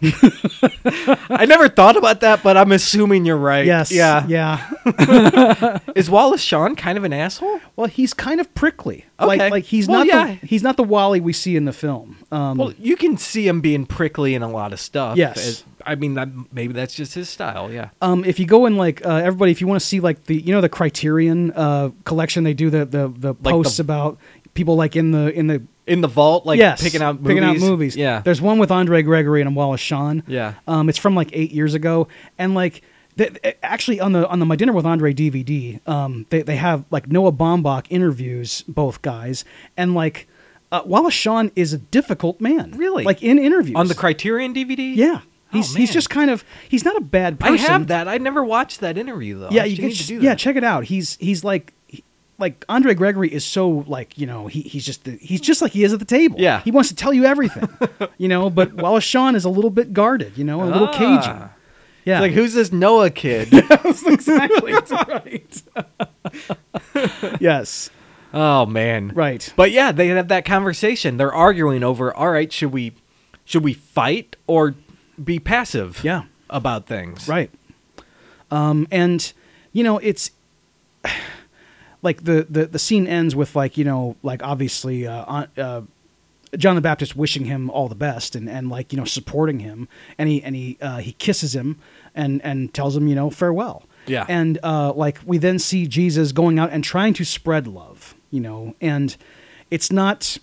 I never thought about that, but I'm assuming you're right. Yes. Yeah. Yeah. Is Wallace Shawn kind of an asshole? Well, he's kind of prickly. Okay. Like like he's Well, not yeah. the he's not the Wally we see in the film. Um, Well, you can see him being prickly in a lot of stuff. Yes. I mean, that, maybe that's just his style. Yeah. um, if you go in like uh, everybody, if you want to see like the you know the Criterion uh, collection, they do the the, the the- posts about people like in the in the In the vault, like yes, picking out movies. picking out movies. Yeah. there's one with Andre Gregory and Wallace Shawn. Yeah. um, it's from like eight years ago, and like. th- th- Actually, on the on the My Dinner with Andre DVD, um, they they have like Noah Baumbach interviews both guys, and like uh, Wallace Shawn is a difficult man, Really? Like in interviews On the Criterion DVD? yeah, Oh, he's he's man. just kind of he's not a bad I person. have that. I never watched that interview, though. Yeah, I you should can. need to ch- do Yeah, that. check it out. He's he's like he- like Andre Gregory is so like you know he he's just the, he's just like he is at the table. Yeah. he wants to tell you everything, you know. But Wallace Shawn is a little bit guarded, you know, a little cagey. Ah. Yeah, Like, who's this Noah kid? exactly that's right. yes, oh, man. right. But yeah, they have that conversation. They're arguing over, all right, should we should we fight or be passive Yeah. about things? Right. Um, and you know, it's like the, the the scene ends with like you know, like obviously uh, on- uh, John the Baptist wishing him all the best and and like you know supporting him, and he and he uh, he kisses him and and tells him you know farewell. Yeah. And uh, like we then see Jesus going out and trying to spread love, you know, and it's not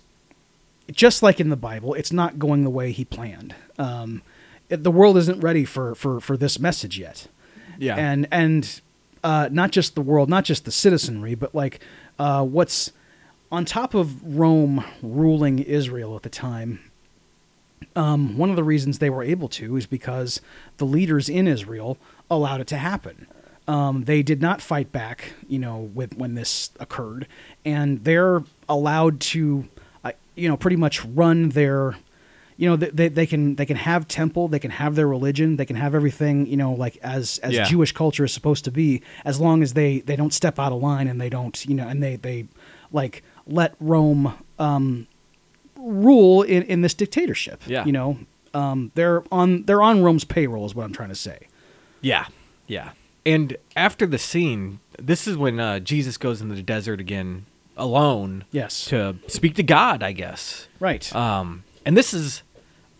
just like in the Bible, it's not going the way he planned. Um, it- the world isn't ready for for for this message yet Yeah. and and uh, not just the world, not just the citizenry, but like uh, what's on top of Rome ruling Israel at the time. Um, one of the reasons they were able to is because the leaders in Israel allowed it to happen. Um, they did not fight back, you know, with when this occurred, and they're allowed to, uh, you know, pretty much run their you know, they, they, they can they can have temple, they can have their religion, they can have everything, you know, like as as Yeah. Jewish culture is supposed to be, as long as they they don't step out of line and they don't, you know, and they they like let Rome um, rule in in this dictatorship. Yeah. you know, um, they're on they're on Rome's payroll is what I'm trying to say. Yeah, yeah. And after the scene, this is when uh, Jesus goes into the desert again alone. Yes. To speak to God, I guess. Right. Um, and this is,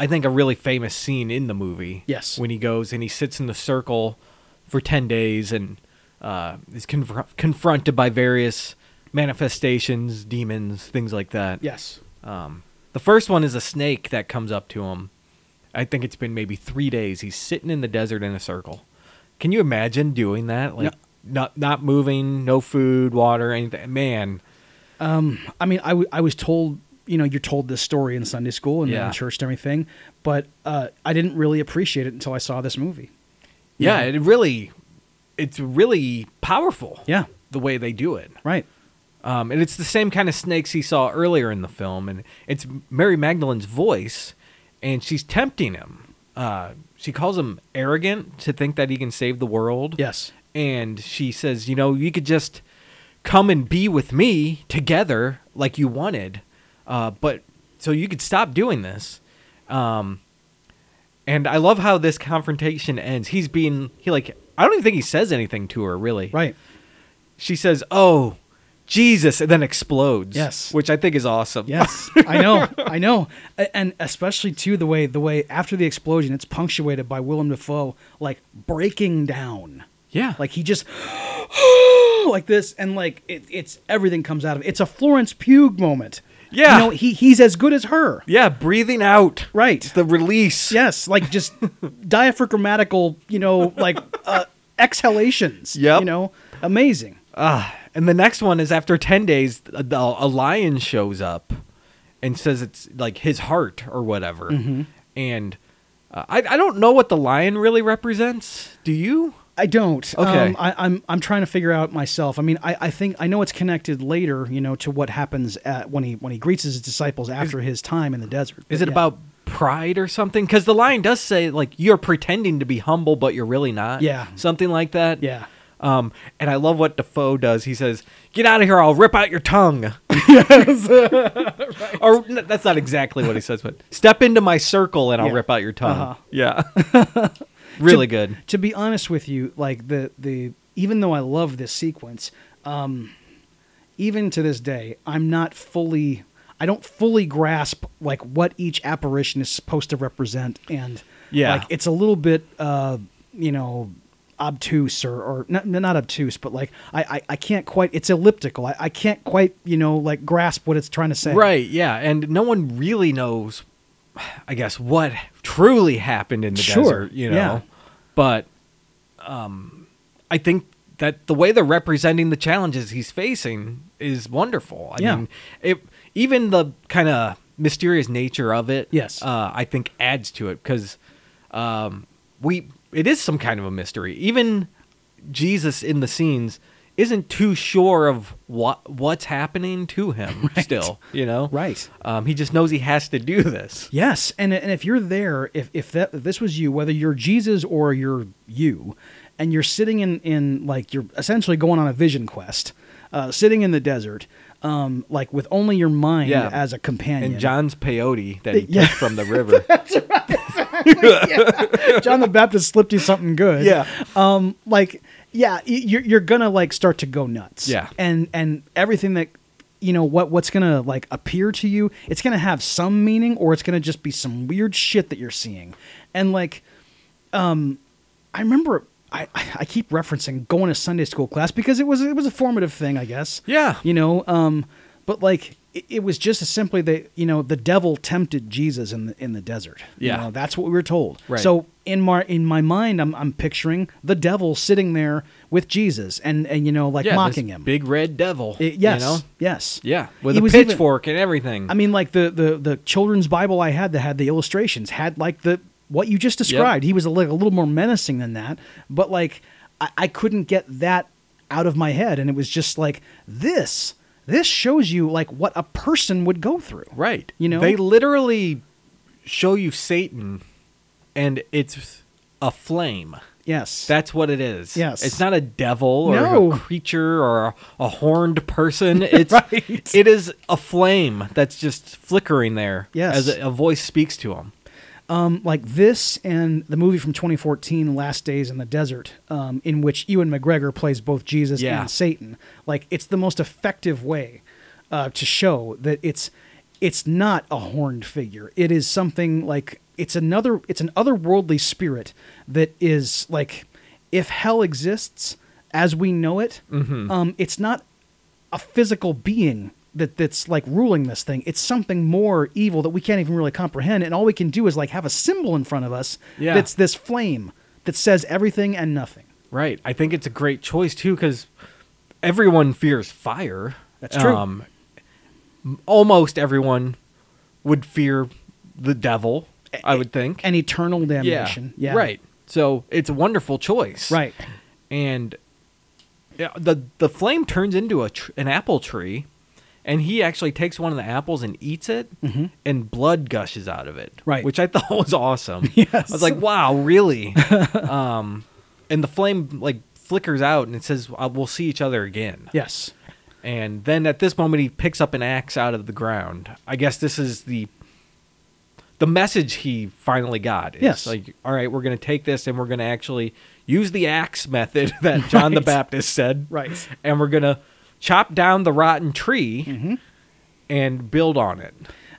I think, a really famous scene in the movie. Yes. When he goes and he sits in the circle for 10 days and uh, is conf- confronted by various manifestations, demons, things like that. yes. Um, the first one is a snake that comes up to him. I think it's been maybe three days. He's sitting in the desert in a circle. Can you imagine doing that? Like not not moving, no food, water, anything. Man, I mean, I, w- I was told, you know, you're told this story in Sunday school and Yeah. in church and everything, but uh, I didn't really appreciate it until I saw this movie. yeah, it really, it's really powerful. Yeah. the way they do it, Right. um, and it's the same kind of snakes he saw earlier in the film, and it's Mary Magdalene's voice, and she's tempting him. Uh, she calls him arrogant to think that he can save the world. Yes. and she says, "You know, you could just come and be with me together like you wanted, uh, but so you could stop doing this." Um, and I love how this confrontation ends. He's being he like I don't even think he says anything to her really. Right. She says, "Oh, Jesus," and then explodes. Yes. which I think is awesome. Yes, I know, I know, A- and especially too the way the way after the explosion, it's punctuated by Willem Dafoe like breaking down, yeah, like he just like this, and like it, it's everything comes out of it. It's a Florence Pugh moment. Yeah. you know, he he's as good as her. yeah, breathing out. Right. It's the release. Yes, like just diaphragmatical, you know, like uh, exhalations. Yep. you know, amazing. Ah, and the next one is after 10 days, a, the- a lion shows up and says it's like his heart or whatever. Mm-hmm. And uh, I, I don't know what the lion really represents. Do you? I don't. Okay. Um, I, I'm I'm trying to figure out myself. I mean, I, I think I know it's connected later, you know, to what happens at, when he when he greets his disciples after his time in the desert. Is it But yeah. about pride or something? Because the lion does say, like, you're pretending to be humble, but you're really not. Yeah. Something like that. Yeah. Um, and I love what Defoe does. He says, "Get out of here! I'll rip out your tongue." Or n- that's not exactly what he says, but step into my circle and I'll Yeah. rip out your tongue. Uh-huh. Yeah, really good. To be honest with you, like the the even though I love this sequence, um, even to this day, I'm not fully. I don't fully grasp like what each apparition is supposed to represent, and Yeah. like it's a little bit, uh, you know, obtuse or, or not, not obtuse, but like I, I, I can't quite. It's elliptical. I, I can't quite, you know, like grasp what it's trying to say. Right? Yeah, and no one really knows, I guess, what truly happened in the Sure, desert. You know, yeah. but um, I think that the way they're representing the challenges he's facing is wonderful. I Yeah. mean, it even the kind of mysterious nature of it. Yes. uh, I think adds to it because um, we it is some kind of a mystery. Even Jesus in the scenes isn't too sure of what what's happening to him still you know Right. um, he just knows he has to do this Yes, and and if you're there, if if that if this was you, whether you're Jesus or you're you, and you're sitting in in like you're essentially going on a vision quest, uh, sitting in the desert, um, like with only your mind Yeah. as a companion. and John's peyote that he Yeah. took from the river. John the Baptist slipped you something good. Yeah. Um, like, yeah, y- you're, you're gonna like start to go nuts. Yeah. And and everything that you know what what's gonna like appear to you, it's gonna have some meaning, or it's gonna just be some weird shit that you're seeing. And like, um, I remember. I, I keep referencing going to Sunday school class because it was it was a formative thing, I guess. Yeah. You know, um, But like it, it was just as simply that you know the devil tempted Jesus in the in the desert. You Yeah. know, that's what we were told. Right. So in my in my mind, I'm I'm picturing the devil sitting there with Jesus and and you know like Yeah, mocking this him. Big red devil. It- yes, You know? yes, Yeah. With He a was even- pitchfork and everything. I mean, like the the the children's Bible I had that had the illustrations had like the what you just described. He was a, like a little more menacing than that, but like I, I couldn't get that out of my head, and it was just like this. This shows you like what a person would go through, Right. You know? they literally show you Satan, and it's a flame. Yes, That's what it is. Yes. It's not a devil or No. a creature or a, a horned person. It's Right. it is a flame that's just flickering there. Yes. As a, a voice speaks to him. um, like this and the movie from 2014, Last Days in the Desert, um, in which Ewan McGregor plays both Jesus Yeah. and Satan. Like it's the most effective way uh, to show that it's it's not a horned figure. It is something like it's another it's an otherworldly spirit that is like if hell exists as we know it, um, it's not a physical being that that's like ruling this thing. It's something more evil that we can't even really comprehend, and all we can do is like have a symbol in front of us Yeah. that's this flame that says everything and nothing. Right. I think it's a great choice too because everyone fears fire. That's true. m- almost everyone would fear the devil. I would think. An eternal damnation. Yeah. Right. So it's a wonderful choice. Right. And yeah, the the flame turns into a tr- an apple tree, and he actually takes one of the apples and eats it, and blood gushes out of it. Mm-hmm. Right. Which I thought was awesome. Yes. I was like, wow, really? um, and the flame like flickers out, and it says, uh, "We'll see each other again." Yes. And then at this moment, he picks up an axe out of the ground. I guess this is the the message he finally got. It's Yes. like, all right, we're going to take this and we're going to actually use the axe method that John the Right. Baptist said. Right. And we're going to chop down the rotten tree Mm-hmm. and build on it.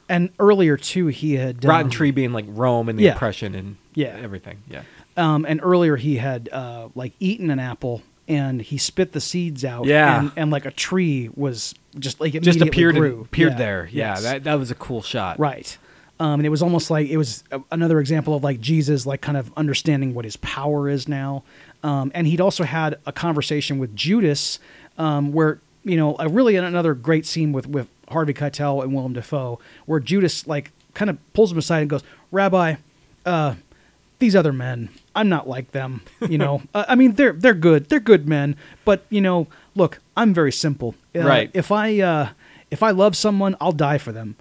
And earlier too, he had rotten um, tree being like Rome and the yeah. oppression and Yeah. everything. Yeah. Um, and earlier he had uh, like eaten an apple and he spit the seeds out. Yeah. And, and like a tree was just like Just immediately appeared grew. appeared Yeah. there. Yeah. Yes. That, that was a cool shot. Right. Um, and it was almost like it was a, another example of like Jesus, like kind of understanding what his power is now. Um, and he'd also had a conversation with Judas, um, where you know, a really another great scene with with Harvey Keitel and Willem Dafoe, where Judas like kind of pulls him aside and goes, "Rabbi, uh, these other men, I'm not like them. You know, uh, I mean, they're they're good, they're good men, but you know, look, I'm very simple. Uh, Right. If I uh, if I love someone, I'll die for them.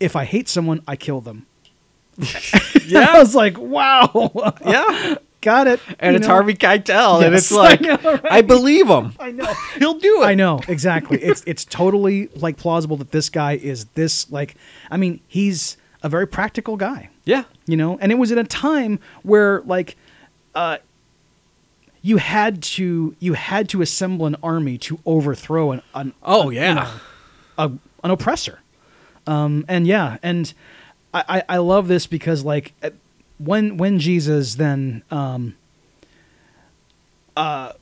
If I hate someone, I kill them. I Yeah. was like, wow, yeah. got it. And you it's know? Harvey Keitel, and it's Yes, like I I, know, right? believe him. I know. He'll do it. I know exactly. It's it's totally like plausible that this guy is this like. I mean, he's a very practical guy. Yeah. you know and it was at a time where like uh you had to you had to assemble an army to overthrow an an, Oh yeah. a, an oppressor um and yeah and I, I i love this because like uh, when when jesus then um uh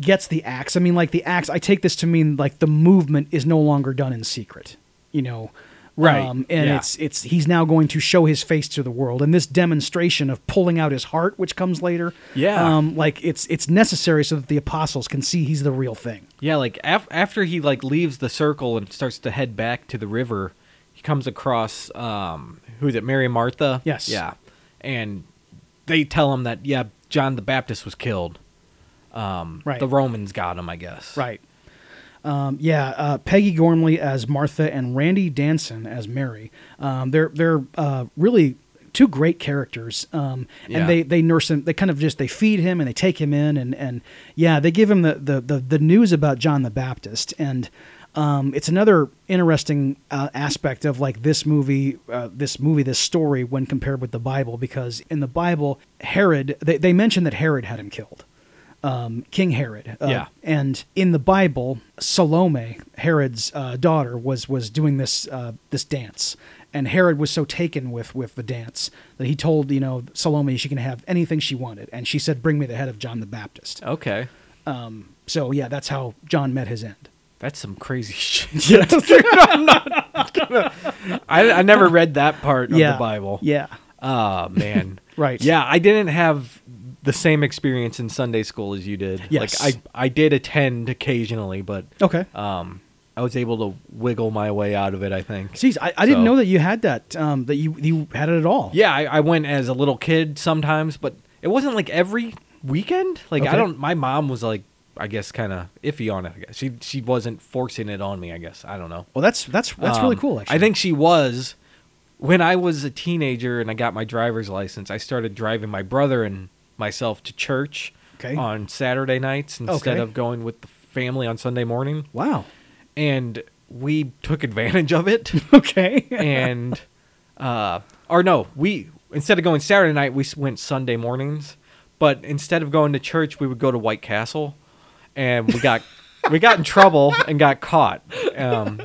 gets the axe i mean like the axe i take this to mean like the movement is no longer done in secret you know Um, Right, yeah. and it's it's he's now going to show his face to the world and this demonstration of pulling out his heart which comes later Yeah. um like it's it's necessary so that the apostles can see he's the real thing Yeah, like af- after he like leaves the circle and starts to head back to the river, he comes across um who's it, Mary and Martha? Yes. Yeah. And they tell him that yeah, John the Baptist was killed. Um Right. the Romans got him, I guess. Right. Um, yeah, uh, Peggy Gormley as Martha and Randy Danson as Mary. Um, they're they're uh, really two great characters, um, and Yeah. they they nurse him. They kind of just they feed him and they take him in, and and yeah, they give him the the the, the news about John the Baptist, and um, it's another interesting uh, aspect of like this movie, uh, this movie, this story when compared with the Bible, because in the Bible, Herod they they mention that Herod had him killed um, King Herod. Uh, Yeah. And in the Bible, Salome, Herod's uh, daughter, was was doing this uh, this dance, and Herod was so taken with with the dance that he told you know Salome she can have anything she wanted, and she said, "Bring me the head of John the Baptist." Okay. Um, so yeah, that's how John met his end. That's some crazy shit. Yeah. I, I never read that part of yeah. the Bible. Yeah. Oh man. Right. Yeah, I didn't have the same experience in Sunday school as you did. Yes. Oh. Like I I did attend occasionally, but Okay. um I was able to wiggle my way out of it, I think. Jeez, I, I didn't so- know that you had that. Um, that you you had it at all. Yeah, I, I went as a little kid sometimes, but it wasn't like every weekend. Like I Okay. don't. My mom was like, I guess, kind of iffy on it. I guess. She she wasn't forcing it on me. I guess I don't know. Well, that's that's that's really Um, cool. Actually, I think she was when I was a teenager and I got my driver's license. I started driving my brother and myself to church Okay. on Saturday nights instead Okay. of going with the family on Sunday morning, Wow. and we took advantage of it Okay. and uh or no we instead of going saturday night we s- went sunday mornings but instead of going to church we would go to white castle and we got we got in trouble and got caught um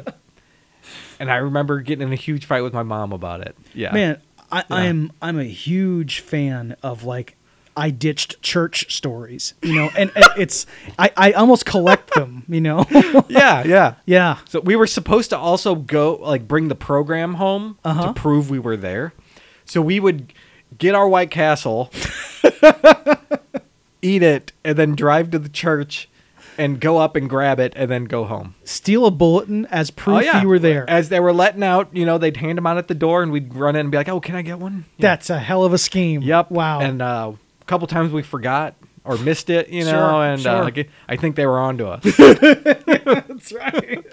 and i remember getting in a huge fight with my mom about it yeah Man, I, I am I'm a huge fan of like I ditched church stories, you know, and, and it's I, I almost collect them, you know. yeah yeah yeah. so we were supposed to also go like bring the program home Uh-huh. to prove we were there so we would get our white castle eat it and then drive to the church and go up and grab it and then go home Steal a bulletin as Oh, proof you were there. as they were letting out you know they'd hand them out at the door and we'd run in and be like oh can i get one Yeah. That's a hell of a scheme. yep Wow. and uh, a couple times we forgot or missed it you know Sure, and sure. Uh, like, i think they were onto us that's right.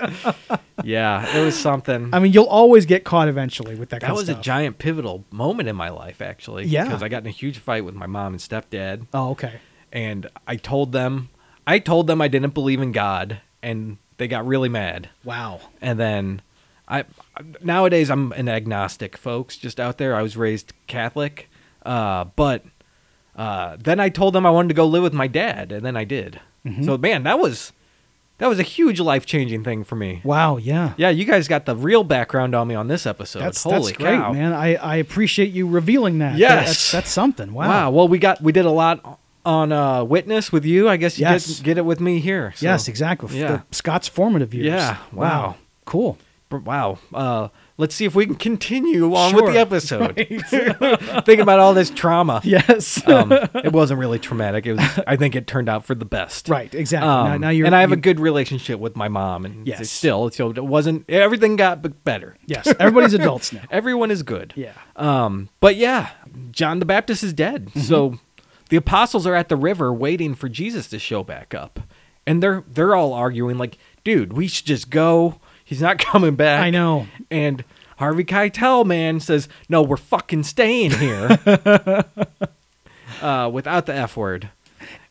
yeah it was something I mean, you'll always get caught eventually with that. That kind of was a stuff. giant pivotal moment in my life, actually. Yeah. Because I got in a huge fight with my mom and stepdad, Oh, okay. and I told them, I told them I didn't believe in God, and they got really mad. Wow. And then, I nowadays I'm an agnostic, folks, just out there. I was raised Catholic, uh, but uh, then I told them I wanted to go live with my dad, and then I did. Mm-hmm. So man, that was that was a huge life changing thing for me. Wow. Yeah. Yeah, you guys got the real background on me on this episode. That's Holy that's great, cow. man. I, I appreciate you revealing that. That- Yes. that's, that's something. Wow. Well, we got we did a lot on uh, witness with you. I guess you Yes. didn't get it with me here. so- Yes, exactly. F- Yeah. The Scott's formative years. Yeah, wow. Cool. But wow. Uh, let's see if we can continue on Sure, with the episode. Thinking about all this trauma. Yes. Um, it wasn't really traumatic. It was. I think it turned out for the best. right. Exactly. Um, now, now you're and I have a you- good relationship with my mom, and Yes. it's still, so it wasn't. Everything got b- better. Yes. Everybody's adults now. Everyone is good. Yeah. Um, but yeah, John the Baptist is dead. Mm-hmm. So the apostles are at the river waiting for Jesus to show back up. And they're they're all arguing like, dude, we should just go. He's not coming back. I know. And Harvey Keitel, man, says, no, we're fucking staying here. uh, without the F word.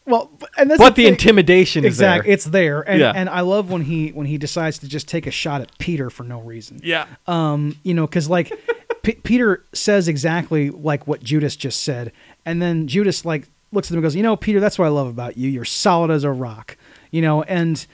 Well, b- and that's But the thing. intimidation Exact- is It's there, and Yeah. and I love when he when he decides to just take a shot at Peter for no reason. there. Yeah. Um, you know, because like P- Peter says exactly like what Judas just said, and then Judas like looks at him and goes, "You know, Peter, that's what I love about you. You're solid as a rock." You know, and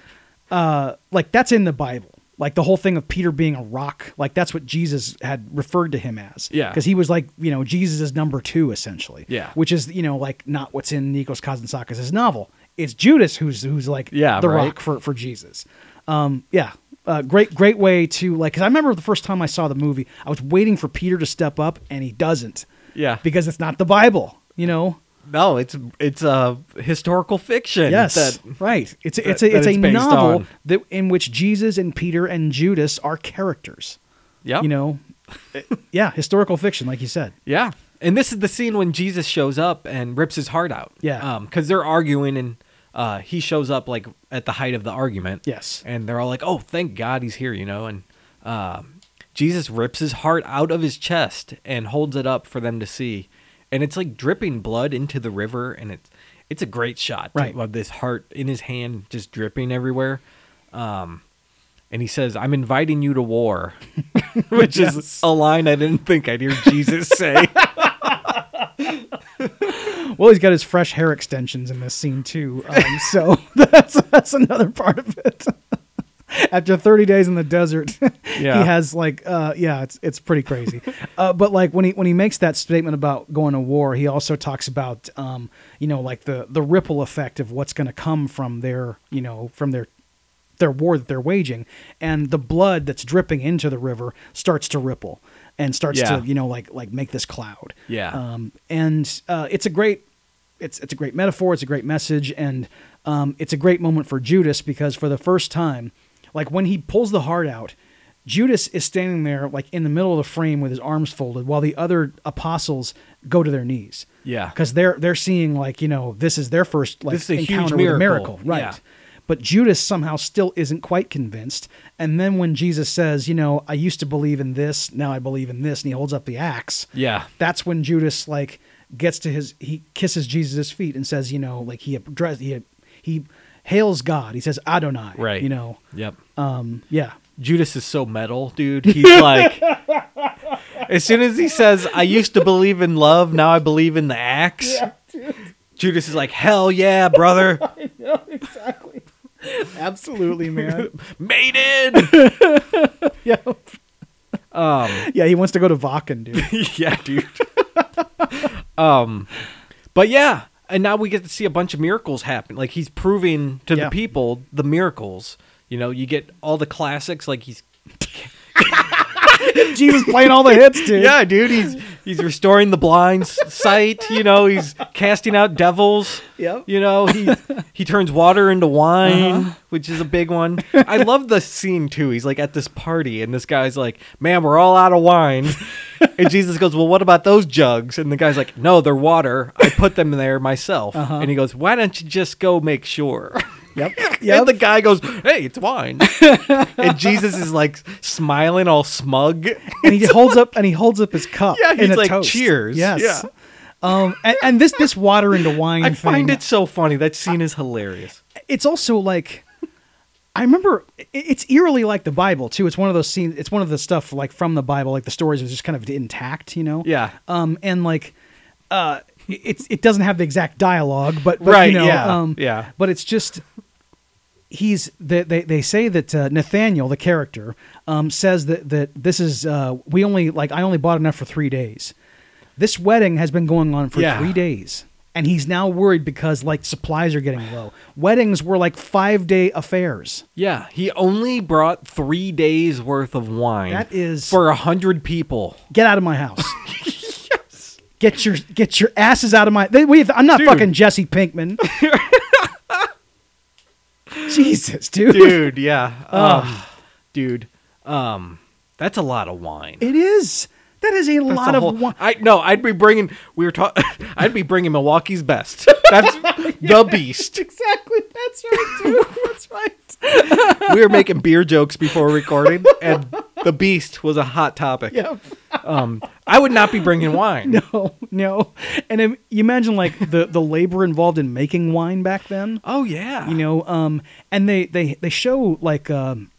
uh, like that's in the Bible. Like the whole thing of Peter being a rock, like that's what Jesus had referred to him as. Yeah. because he was like, you know, Jesus is number two essentially. Yeah. which is you know like not what's in Nikos Kazantzakis' novel. It's Judas who's who's like Yeah, the right. rock for for Jesus. Um, yeah, uh, great great way to like. Cause I remember the first time I saw the movie, I was waiting for Peter to step up, and he doesn't. Yeah. because it's not the Bible, you know. No, it's it's uh, historical fiction. Yes, that- right. It's a, that- it's a that it's a it's based novel on. that in which Jesus and Peter and Judas are characters. Yep. You know, yeah, historical fiction, like you said. Yeah. And this is the scene when Jesus shows up and rips his heart out. Yeah. Because they're arguing and uh, he shows up like at the height of the argument. Yes. And they're all like, oh, thank God he's here, you know? And um, Jesus rips his heart out of his chest and holds it up for them to see. And it's like dripping blood into the river. And it's, it's a great shot Right. of this heart in his hand just dripping everywhere. Um, and he says, I'm inviting you to war, which is Yes. a line I didn't think I'd hear Jesus say. Well, he's got his fresh hair extensions in this scene too, um, so that's that's another part of it. After 30 days in the desert, Yeah. he has like, uh, yeah, it's it's pretty crazy. uh, but like when he when he makes that statement about going to war, he also talks about, um, you know, like the the ripple effect of what's going to come from their, you know, from their their war that they're waging, and the blood that's dripping into the river starts to ripple and starts Yeah. to you know like like make this cloud. Yeah. Um, and uh, it's a great it's it's a great metaphor. It's a great message, and um, it's a great moment for Judas because for the first time, like when he pulls the heart out, Judas is standing there like in the middle of the frame with his arms folded, while the other apostles go to their knees. Yeah. because they're they're seeing like you know this is their first like This is a huge encounter with a miracle. miracle, right? Yeah. But Judas somehow still isn't quite convinced. And then when Jesus says, you know, I used to believe in this, now I believe in this, and he holds up the axe Yeah. that's when Judas like gets to his he kisses Jesus' feet and says, you know, like he address he he hails God. He says Adonai. Right. You know. Yep. Um. Yeah. Judas is so metal, dude. He's like, as soon as he says, "I used to believe in love, now I believe in the axe," Judas is like, "Hell yeah, brother, Exactly. Absolutely, man. mated." yeah. Um, Yeah. He wants to go to Vakken, dude. yeah, dude. um, but yeah, and now we get to see a bunch of miracles happen. Like he's proving to Yeah. the people the miracles. You know, you get all the classics. Like he's Jesus playing all the hits, dude. yeah, dude. He's he's restoring the blind's sight. You know, he's casting out devils. Yep. Uh-huh. You know, he he turns water into wine, which is a big one. I love the scene too. He's like at this party, and this guy's like, "Man, we're all out of wine." and Jesus goes, "Well, what about those jugs?" And the guy's like, "No, they're water. I put them there myself." Uh-huh. And he goes, "Why don't you just go make sure?" Yep. And Yep. the guy goes, "Hey, it's wine." and Jesus is like smiling all smug. and he holds up and he holds up his cup. Yeah, he's in a like, toast. "Cheers." Yes. Yeah. Um, and, and this this water into wine. I thing, find it so funny. That scene is hilarious. it's also like I remember it- it's eerily like the Bible too. It's one of those scenes. It's one of the stuff like from the Bible, like the stories are just kind of intact, you know. Yeah. Um, and like, uh, it's it doesn't have the exact dialogue, but, but Right, You know, yeah, Um, yeah. But it's just he's they they, they say that uh, Nathaniel, the character, um, says that that this is uh, we only like I only bought enough for three days. This wedding has been going on for Yeah. three days. And he's now worried because like supplies are getting low. Weddings were like five day affairs. Yeah, he only brought three days worth of wine. That is- Mm. for a hundred people. Get out of my house. Get your get your asses out of my. They, we, I'm not fucking Jesse Pinkman. Jesus, dude. Dude, yeah. Um, dude, um, that's a lot of wine. It is. That is a That's lot a of whole- wine. I no, I'd be bringing. We were talking. I'd be bringing Milwaukee's best. That's the beast. Exactly. That's right, dude. That's right. We were making beer jokes before recording, and the beast was a hot topic. Yep. Um, I would not be bringing wine. No, Oh, no. And im- you imagine like the the labor involved in making wine back then. Oh yeah. you know um and they they they show like um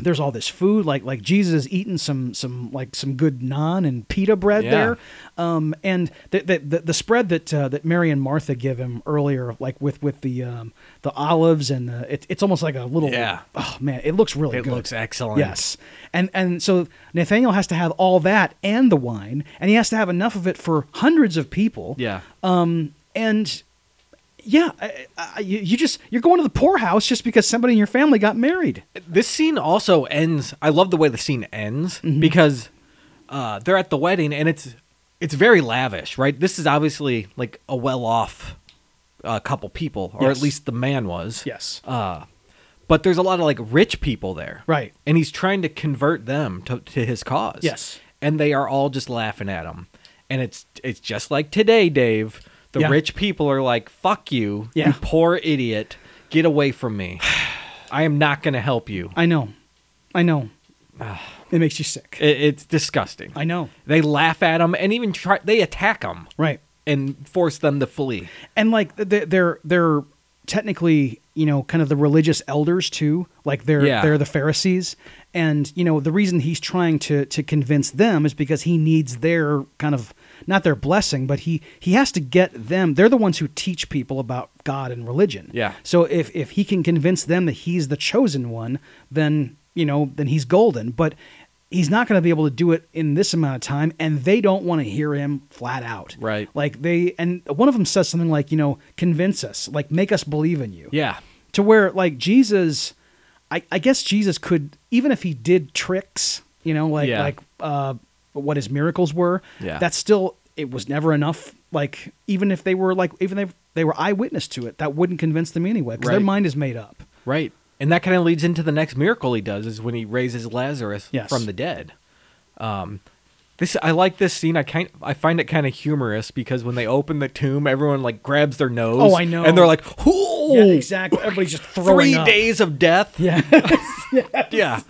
there's all this food like like jesus is eating some some like some good naan and pita bread Yeah. there um and the the, the, the spread that uh, that mary and martha give him earlier like with with the um the olives and the it, it's almost like a little Yeah. oh man it looks really It good looks excellent. Yes. And and so Nathaniel has to have all that and the wine, and he has to have enough of it for hundreds of people. Yeah. Um, and yeah, I, I, you, you just you're going to the poorhouse just because somebody in your family got married. This scene also ends. I love the way the scene ends Mm-hmm. because uh, they're at the wedding and it's it's very lavish, right? This is obviously like a well-off uh, couple people, or Yes. at least the man was. Yes. Uh, but there's a lot of like rich people there, Right. And he's trying to convert them to, to his cause. Yes. And they are all just laughing at him, and it's it's just like today, Dave. The Yeah. rich people are like, "Fuck you, Yeah. you poor idiot! Get away from me! I am not going to help you." I know, I know. it makes you sick. It, it's disgusting. I know. They laugh at him and even try. They attack him Right. and force them to flee. and like th- they're they're technically you know kind of the religious elders too like they're Yeah. they're the pharisees and you know the reason he's trying to to convince them is because he needs their kind of not their blessing but he he has to get them they're the ones who teach people about god and religion Yeah. so if if he can convince them that he's the chosen one then you know then he's golden but he's not going to be able to do it in this amount of time and they don't want to hear him flat out Right. like they and one of them says something like, you know, convince us, like make us believe in you. Yeah, To where like Jesus I, I guess Jesus could even if he did tricks, you know, like Yeah. like uh, what his miracles were. Yeah. That's still it was never enough. Like even if they were like even if they were eyewitness to it, that wouldn't convince them anyway because their Right. mind is made up. Right. And that kind of leads into the next miracle he does is when he raises Lazarus Yes. from the dead. Um, this I like this scene. I kind I find it kind of humorous because when they open the tomb, everyone like grabs their nose. Oh, I know. And they're like, "Ooh, Yeah, exactly. Everybody's just throwing three up. days of death." Yeah, Yeah.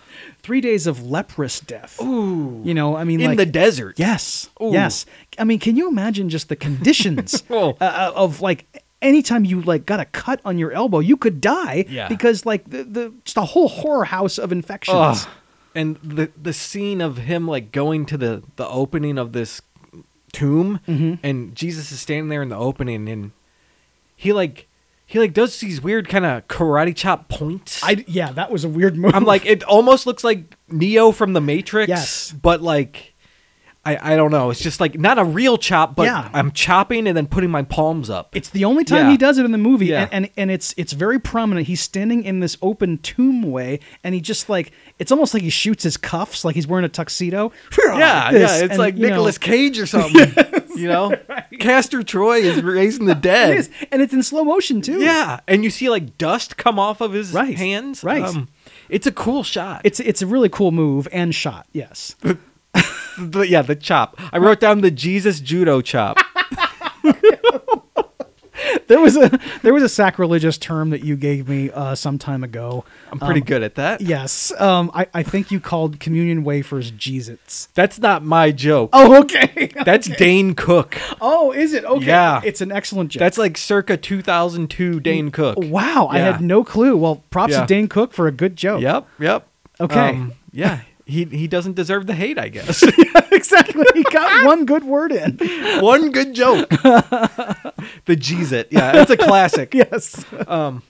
three days of leprous death. Ooh. You know, I mean, In like, the desert. Yes. Ooh. Yes. I mean, can you imagine just the conditions Oh. uh, of like anytime you like got a cut on your elbow, you could die Yeah. because like the, the just a whole horror house of infections. Ugh. And the the scene of him like going to the the opening of this tomb, Mm-hmm. and Jesus is standing there in the opening, and he like he like does these weird kind of karate chop points. I yeah, that was a weird move. I'm like it almost looks like Neo from the Matrix. Yes. but like. I, I don't know. It's just like not a real chop, but Yeah. I'm chopping and then putting my palms up. It's the only time Yeah. he does it in the movie, Yeah. and, and and it's it's very prominent. He's standing in this open tomb way, and he just like it's almost like he shoots his cuffs, like he's wearing a tuxedo. yeah, This, yeah. It's and, like you know, Nicolas Cage or something. You know, Castor Troy is raising the dead. It is, and it's in slow motion too. Yeah, and you see like dust come off of his Right, hands. Um, right. it's a cool shot. it's it's a really cool move and shot. Yes. the, yeah, the chop. I wrote down the Jesus judo chop. there was a there was a sacrilegious term that you gave me uh, some time ago. I'm pretty Um, good at that. Yes, um, I, I think you called communion wafers Jesus. That's not my joke. Oh, okay. That's Dane Cook. oh, is it okay? Yeah. it's an excellent joke. That's like circa 2002 Dane Cook. wow. I Yeah. had no clue. Well, props Yeah. to Dane Cook for a good joke. Yep, yep. Um, Okay. yeah, he he doesn't deserve the hate, I guess. exactly. He got one good word in. One good joke. the Jesus. it. Yeah, that's a classic. Yes. Uh,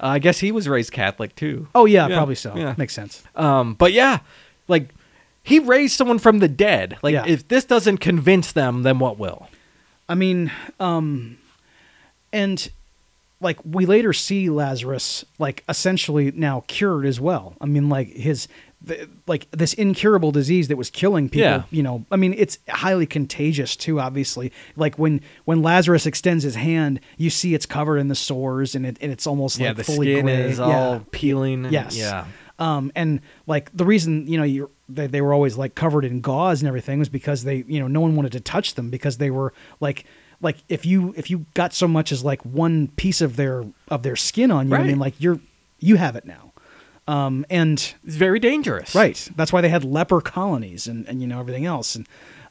I guess he was raised Catholic too. Oh yeah, Yeah, probably so. yeah. Makes sense. Um, but yeah, like he raised someone from the dead. Like Yeah. if this doesn't convince them, then what will? I mean, um, and like we later see Lazarus like essentially now cured as well. I mean, like his the, like this incurable disease that was killing people. Yeah. You know, I mean, it's highly contagious too. Obviously, like when when Lazarus extends his hand, you see it's covered in the sores, and it and it's almost yeah, like the fully skin gray. is Yeah. all peeling. and- Yes. Yeah. Um, and like the reason you know you they, they were always like covered in gauze and everything was because they you know no one wanted to touch them because they were like like if you if you got so much as like one piece of their of their skin on you I Right. mean like you're you have it now. Um, and It's very dangerous. Right. That's why they had leper colonies and, and you know everything else and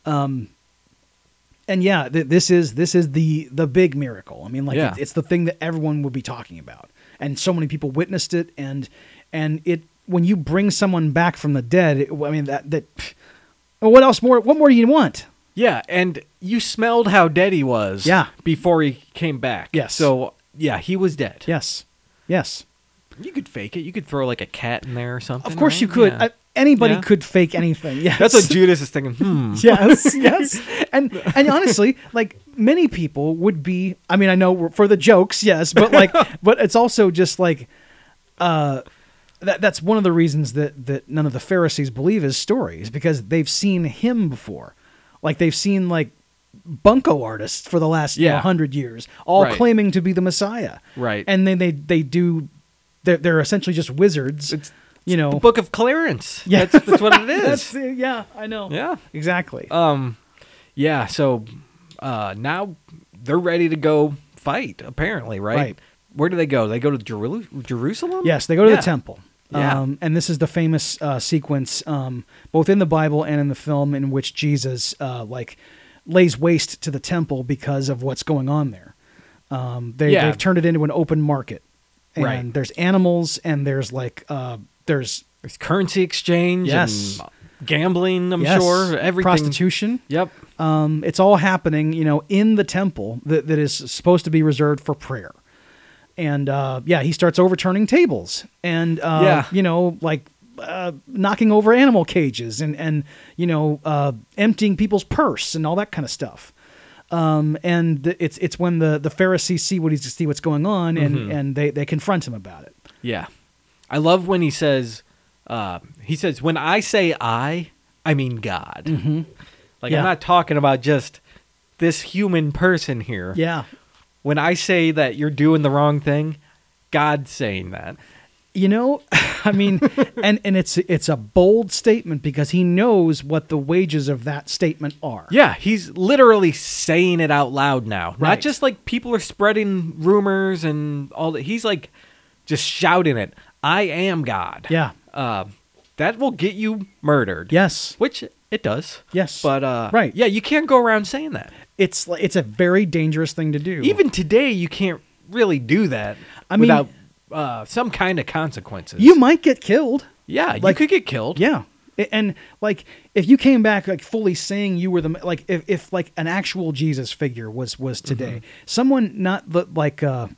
um and yeah, th- this is this is the the big miracle. I mean, like Yeah. it- it's the thing that everyone would be talking about, and so many people witnessed it. And and it when you bring someone back from the dead, it, I mean that that pff, what else more? What more do you want? Yeah, and you smelled how dead he was. Yeah. Before he came back. Yes. So yeah, he was dead. Yes, yes. You could fake it. You could throw like a cat in there or something. Of course right? you could. Yeah. I- anybody Yeah. could fake anything. Yes. That's what Judas is thinking. Hmm. yes yes and and honestly like many people would be i mean i know we're- for the jokes yes but like but it's also just like uh that, that's one of the reasons that that none of the pharisees believe his stories because they've seen him before like they've seen like bunko artists for the last you know, Yeah. 100 years all Right. claiming to be the messiah Right. and then they they do they're, they're essentially just wizards It's- you know The Book of Clarence. Yeah. That's, that's what it That's- is. yeah i know yeah. exactly Um, yeah. So, uh, now they're ready to go fight. Apparently, right? Right. Where do they go? They go to Jeru- Jerusalem. Yes, they go to Yeah. the temple. Yeah. Um, and this is the famous uh, sequence, um, both in the Bible and in the film, in which Jesus uh, like lays waste to the temple because of what's going on there. Um, they, Yeah. They've turned it into an open market, and Right. there's animals, and there's like uh, there's There's currency exchange. Yes. And gambling. I'm yes, sure. Everything. prostitution. Yep. Um, it's all happening, you know, in the temple that, that is supposed to be reserved for prayer. And uh, yeah, he starts overturning tables and, uh, Yeah. you know, like uh, knocking over animal cages and, and you know, uh, emptying people's purse and all that kind of stuff. Um, and the, it's it's when the, the Pharisees see what he's see what's going on and, and they, they confront him about it. Yeah. I love when he says, uh, he says, when I say I, I mean God. Like, Mm-hmm. Yeah. I'm not talking about just this human person here. Yeah. When I say that you're doing the wrong thing, God's saying that. You know, I mean, and and it's it's a bold statement because he knows what the wages of that statement are. Yeah, he's literally saying it out loud now. Right. Not just like people are spreading rumors and all that. He's like just shouting it. I am God. Yeah. Uh, that will get you murdered. Yes. Which it does. Yes. But uh, Right. Yeah, you can't go around saying that. it's like it's a very dangerous thing to do. Even today, you can't really do that I mean- without uh, some kind of consequences. you might get killed. yeah, like- you could get killed. Yeah. A- And like if you came back like fully saying you were the like if, if like an actual Jesus figure was was today, someone not the- like uh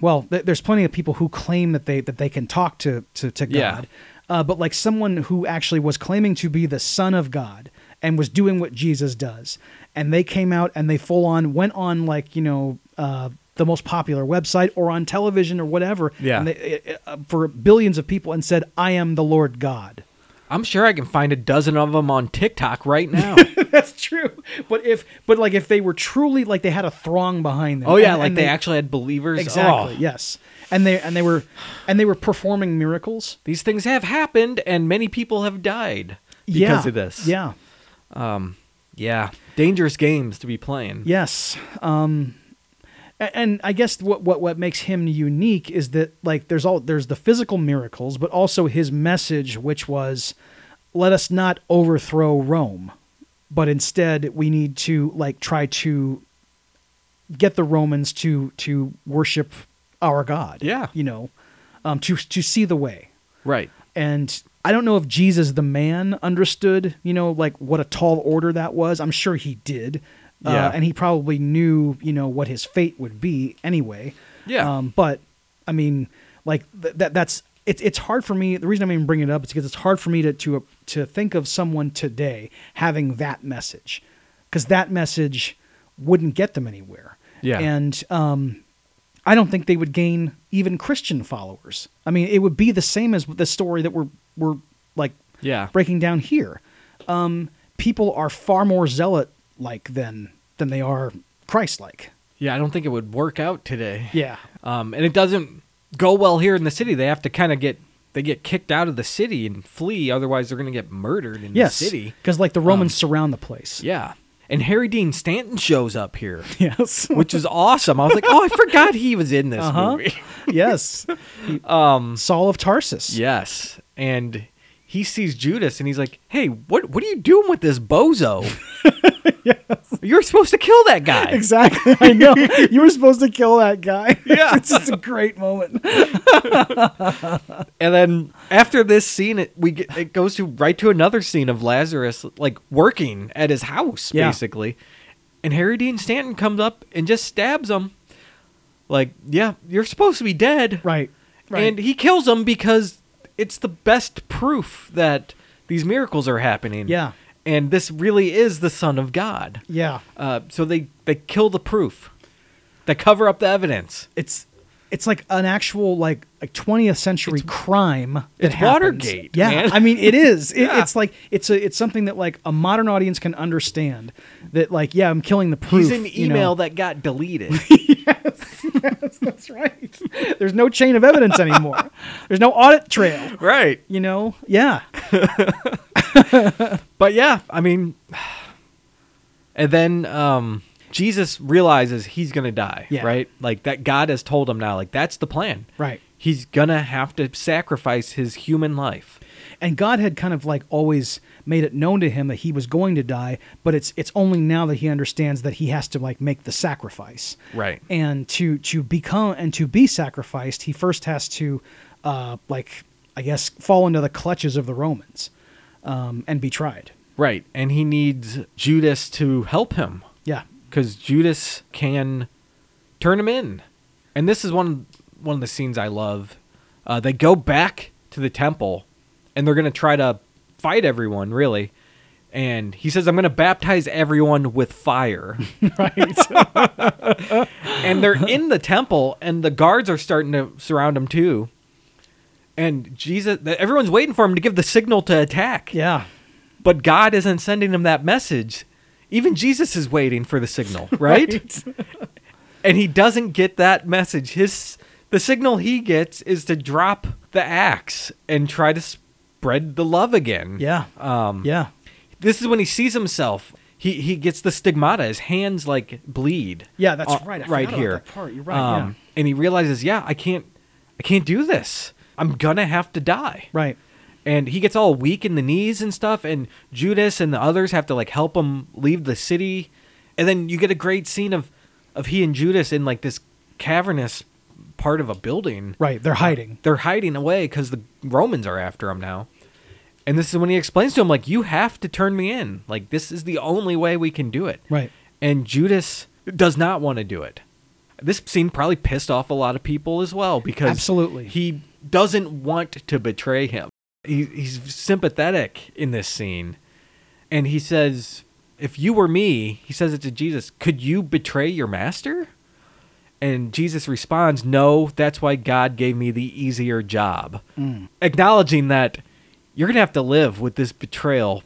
well, th- there's plenty of people who claim that they that they can talk to to, to God. Yeah. Uh, but like someone who actually was claiming to be the son of God and was doing what Jesus does. And they came out and they full on went on like, you know, uh, the most popular website or on television or whatever Yeah. and they, uh, for billions of people and said, I am the Lord God. I'm sure I can find a dozen of them on TikTok right now. That's true. But if, but like if they were truly like they had a throng behind them. oh yeah, and- like and they, actually had believers. exactly Oh. yes, and they and they were and they were performing miracles these things have happened and many people have died Yeah. because of this. Yeah. Yeah. Dangerous games to be playing. Yes. Um, a- and I guess what, what what makes him unique is that like there's all there's the physical miracles, but also his message, which was, let us not overthrow Rome, but instead we need to like try to get the Romans to to worship our God. Yeah. You know, um, to to see the way Right. and I don't know if Jesus the man understood, you know, like what a tall order that was. I'm sure he did. Yeah. Uh, and he probably knew, you know, what his fate would be anyway. Yeah. Um, but I mean, like th- that that's it's it's hard for me. The reason I'm even bringing it up is because it's hard for me to to to think of someone today having that message, because that message wouldn't get them anywhere. Yeah. And um, I don't think they would gain even Christian followers. I mean, it would be the same as the story that we're we're like Yeah. breaking down here. Um, people are far more zealot like than than they are Christ like. Yeah, I don't think it would work out today. Yeah. Um, and it doesn't go well here in the city. They have to kind of get they get kicked out of the city and flee, otherwise they're going to get murdered in Yes. the city. Um, Because like the Romans surround the place. Yeah. And Harry Dean Stanton shows up here, Yes. which is awesome. I was like, "Oh, I forgot he was in this Uh-huh. movie." yes. Um, Saul of Tarsus. Yes, and he sees Judas and he's like, "Hey, what what are you doing with this bozo? You're supposed to kill that guy." Exactly. I know. you were supposed to kill that guy. Yeah. it's just a great moment. And then after this scene, it we get, it goes to right to another scene of Lazarus like working at his house Yeah. basically, and Harry Dean Stanton comes up and just stabs him. Like, yeah, you're supposed to be dead, Right. And he kills him because it's the best proof that these miracles are happening. Yeah. And this really is the Son of God. yeah. Uh, so they they kill the proof. They cover up the evidence. It's it's like an actual like like 20th century crime that it's happens. Watergate, Yeah. man. I mean it is. It, Yeah. It's like it's a it's something that like a modern audience can understand that like yeah, I'm killing the proof. He's an email you know. that got deleted. That's right. There's no chain of evidence anymore. There's no audit trail. right. You know? Yeah. But yeah, I mean and then um Jesus realizes he's going to die, Yeah. right? Like that God has told him now like that's the plan. Right. He's going to have to sacrifice his human life. and God had kind of like always made it known to him that he was going to die, but it's it's only now that he understands that he has to like make the sacrifice. Right. And to to become and to be sacrificed, he first has to uh like I guess fall into the clutches of the Romans um and be tried. Right. And he needs Judas to help him Yeah. cuz Judas can turn him in. And this is one one of the scenes I love. Uh, they go back to the temple and they're going to try to fight everyone, really. And he says, "I'm going to baptize everyone with fire." Right. and they're in the temple, and the guards are starting to surround him too. And Jesus, everyone's waiting for him to give the signal to attack. Yeah. But God isn't sending him that message. Even Jesus is waiting for the signal, right? And he doesn't get that message. His the signal he gets is to drop the axe and try to spread the love again. yeah. Um yeah. this is when he sees himself. He he gets the stigmata. His hands like bleed. Yeah, that's Uh, right. I forgot right about here. Um, that part. You're right, yeah. And he realizes, yeah, I can't, I can't do this. I'm gonna have to die. Right. And he gets all weak in the knees and stuff. And Judas and the others have to like help him leave the city. And then you get a great scene of of he and Judas in like this cavernous part of a building. Right. They're hiding. They're hiding away because the Romans are after him now. And this is when he explains to him, like, you have to turn me in. Like, this is the only way we can do it. Right. And Judas does not want to do it. This scene probably pissed off a lot of people as well because Absolutely. he doesn't want to betray him. He, he's sympathetic in this scene. And he says, If you were me, he says it to Jesus, could you betray your master? And Jesus responds, No, that's why God gave me the easier job. Acknowledging that you're going to have to live with this betrayal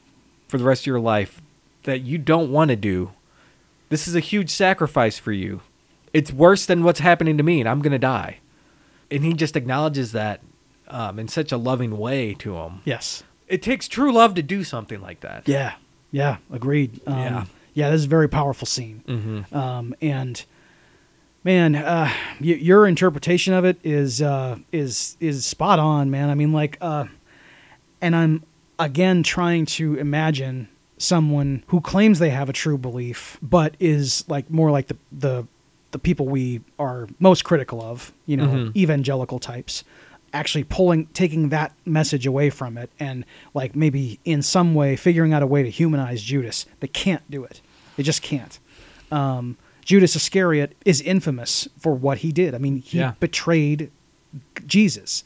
for the rest of your life that you don't want to do. This is a huge sacrifice for you. It's worse than what's happening to me, and I'm going to die. And he just acknowledges that um, in such a loving way to him. Yes. It takes true love to do something like that. Yeah. Yeah. Agreed. Um, Yeah. yeah. This is a very powerful scene. hmm Um, and man, uh, y- your interpretation of it is uh, is is spot on, man. I mean, like, uh, and I'm again trying to imagine someone who claims they have a true belief, but is like more like the the the people we are most critical of, you know, Mhm. evangelical types, actually pulling taking that message away from it and like maybe in some way figuring out a way to humanize Judas. They can't do it. They just can't. Um, Judas Iscariot is infamous for what he did. I mean, he Yeah. betrayed Jesus.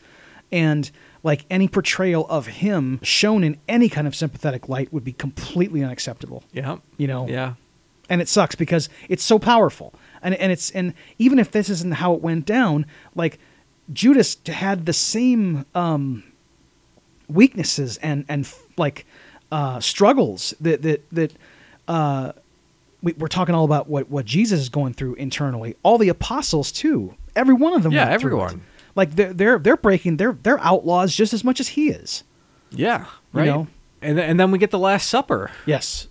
And like any portrayal of him shown in any kind of sympathetic light would be completely unacceptable. Yeah. You know? Yeah. And it sucks because it's so powerful. And and it's and even if this isn't how it went down, like Judas had the same um weaknesses and and like uh struggles that that that uh, we, we're talking all about what, what Jesus is going through internally. All the apostles too. Every one of them. Yeah, went through it. everyone. Like they're they're they're breaking. They're they're outlaws just as much as he is. Yeah. You Right. know? And th- and then we get the Last Supper, Yes.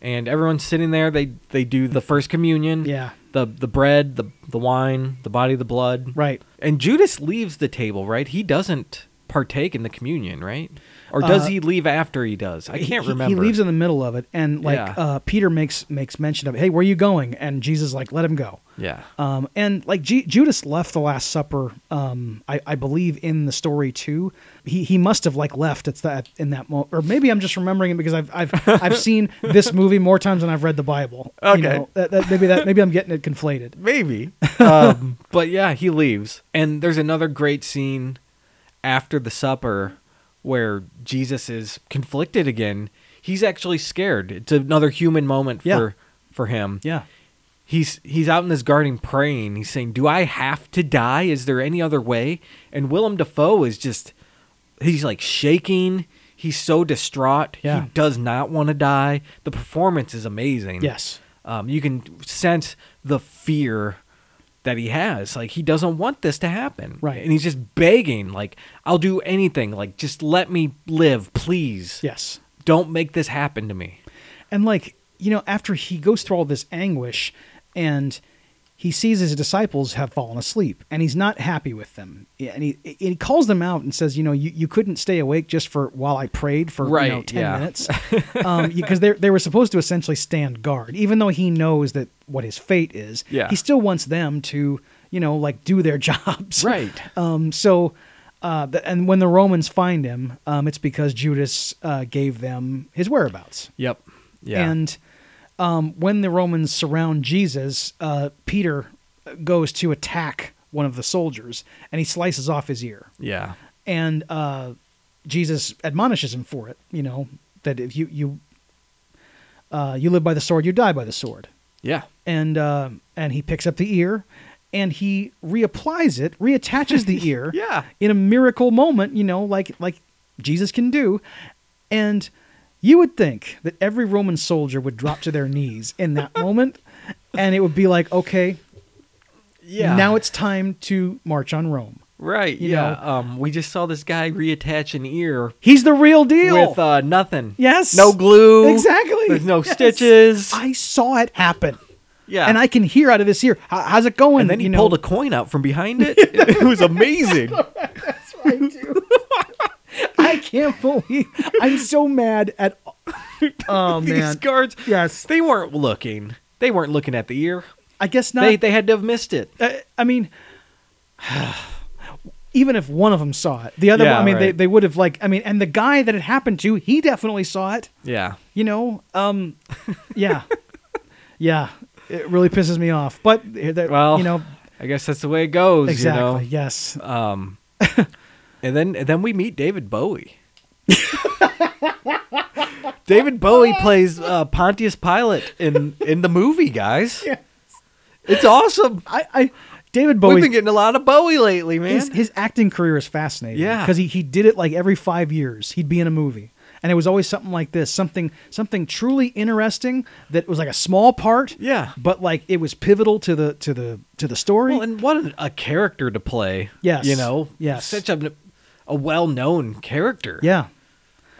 and everyone's sitting there. They they do the first communion. Yeah. The the bread, the the wine, the body, the blood. Right. And Judas leaves the table, right? He doesn't partake in the communion, right? Or does Uh, he leave after he does? I can't He- remember. He, leaves in the middle of it, and like Yeah. uh, Peter makes makes mention of, it. "Hey, where are you going?" And Jesus is like, "Let him go." Yeah. Um, and like Ju- Judas left the Last Supper, um, I, I believe in the story too. He he must have like left at that in that moment, or maybe I'm just remembering it because I've I've I've seen this movie more times than I've read the Bible. You Okay. Hmm. know, that- that- maybe that maybe I'm getting it conflated. Maybe. um, but yeah, he leaves. And there's another great scene after the supper where Jesus is conflicted again. He's actually scared. It's another human moment Yeah. for for him. Yeah, He's he's out in his garden praying. He's saying, "Do I have to die? Is there any other way?" And Willem Dafoe is just he's like shaking. He's so distraught. Yeah. He does not want to die. The performance is amazing. Yes. Um, you can sense the fear that he has. Like he doesn't want this to happen. Right. And he's just begging, like, I'll do anything. Like, just let me live, please. yes, Don't make this happen to me. and like you know, after he goes through all this anguish, and he sees his disciples have fallen asleep, and he's not happy with them, and he and he calls them out and says, you know, you, you couldn't stay awake just for while I prayed for you know Right, ten yeah. minutes. um, because they they were supposed to essentially stand guard, even though he knows that what his fate is. Yeah. he still wants them to you know like do their jobs. Right. Um, so, uh, th- and when the Romans find him, um, it's because Judas uh, gave them his whereabouts. Yep. Yeah. And um, when the Romans surround Jesus, uh, Peter goes to attack one of the soldiers, and he slices off his ear yeah. and uh, Jesus admonishes him for it. You know that if you you uh, you live by the sword, you die by the sword. Yeah. And uh, and he picks up the ear, and he reapplies it, reattaches the ear Yeah. in a miracle moment, you know, like like Jesus can do. And you would think that every Roman soldier would drop to their knees in that moment and it would be like, okay, Yeah. now it's time to march on Rome. right. you yeah. Um, we just saw this guy reattach an ear He's the real deal. with uh, nothing. yes. No glue. Exactly. There's no Yes. stitches. I saw it happen. yeah. And I can hear out of this ear. "How- How's it going? And then he you know? pulled a coin out from behind it. it was amazing. I can't believe I'm so mad at. Oh These guards, Yes. they weren't looking. They weren't looking at the ear. I guess not. They they had to have missed it. I, Uh, I mean, even if one of them saw it, the other. Yeah, one, I mean, they right. they would have like. I mean, and the guy that it happened to, he definitely saw it. Yeah. You know. Um. Yeah. yeah. It really pisses me off, but eh, that- Well, you know I guess that's the way it goes. exactly. You Yes. know. Um, and then and then we meet David Bowie. David Bowie plays uh, Pontius Pilate in in the movie, guys. It's awesome. I. I David We've been Bowie. getting a lot of Bowie lately, man. His, his acting career is fascinating. Yeah. because he, he did it like every five years. He'd be in a movie, and it was always something like this, something something truly interesting that was like a small part. Yeah. but like it was pivotal to the to the to the story. Well, and what an- a character to play. Yes. You know? Yes. Such a, a well known character. yeah,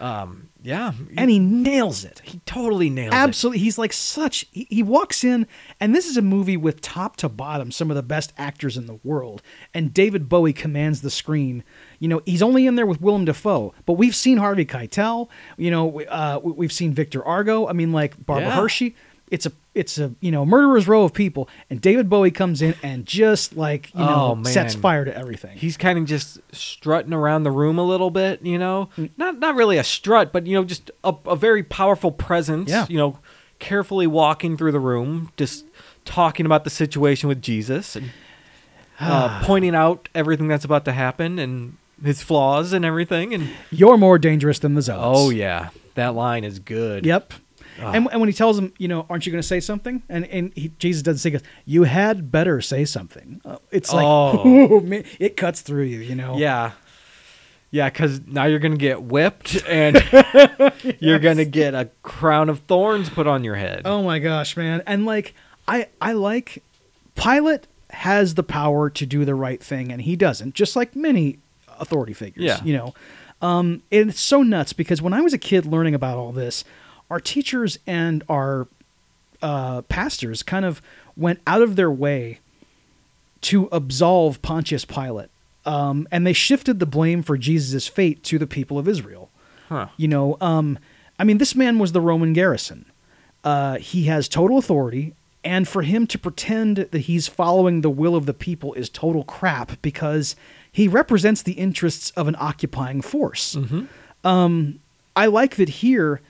Um, yeah. He, and he nails it. he totally nails it. Absolutely, he's like such. He, he walks in, and this is a movie with top to bottom some of the best actors in the world. And David Bowie commands the screen. You know, he's only in there with Willem Dafoe, but we've seen Harvey Keitel. You know, we- uh, we- we've seen Victor Argo. I mean, like Barbara Yeah. Hershey. It's a it's a you know murderer's row of people, and David Bowie comes in and just like you Oh, know man. sets fire to everything. He's kind of just strutting around the room a little bit, you know? Not not really a strut, but, you know, just a, a very powerful presence. Yeah. You know, carefully walking through the room, just talking about the situation with Jesus and uh, pointing out everything that's about to happen and his flaws and everything. And You're more dangerous than the zealots. Oh, yeah. That line is good. Ah. Yep. And, and when he tells him, you know, aren't you going to say something? And and he, Jesus doesn't say, he goes, you had better say something. Uh, it's like, Oh. oh, man, it cuts through you, you know. Yeah. Yeah, because now you're going to get whipped and you're going to get a crown of thorns put on your head. Oh my gosh, man! And like, I I like Pilate has the power to do the right thing, and he doesn't. Just like many authority figures, Yeah. you know. Um, and it's so nuts because when I was a kid learning about all this, our teachers and our uh, pastors kind of went out of their way to absolve Pontius Pilate. Um, and they shifted the blame for Jesus' fate to the people of Israel. Huh. You know, um, I mean, this man was the Roman garrison. Uh, he has total authority, and for him to pretend that he's following the will of the people is total crap because he represents the interests of an occupying force. Mm. Mm-hmm. Um, I like that here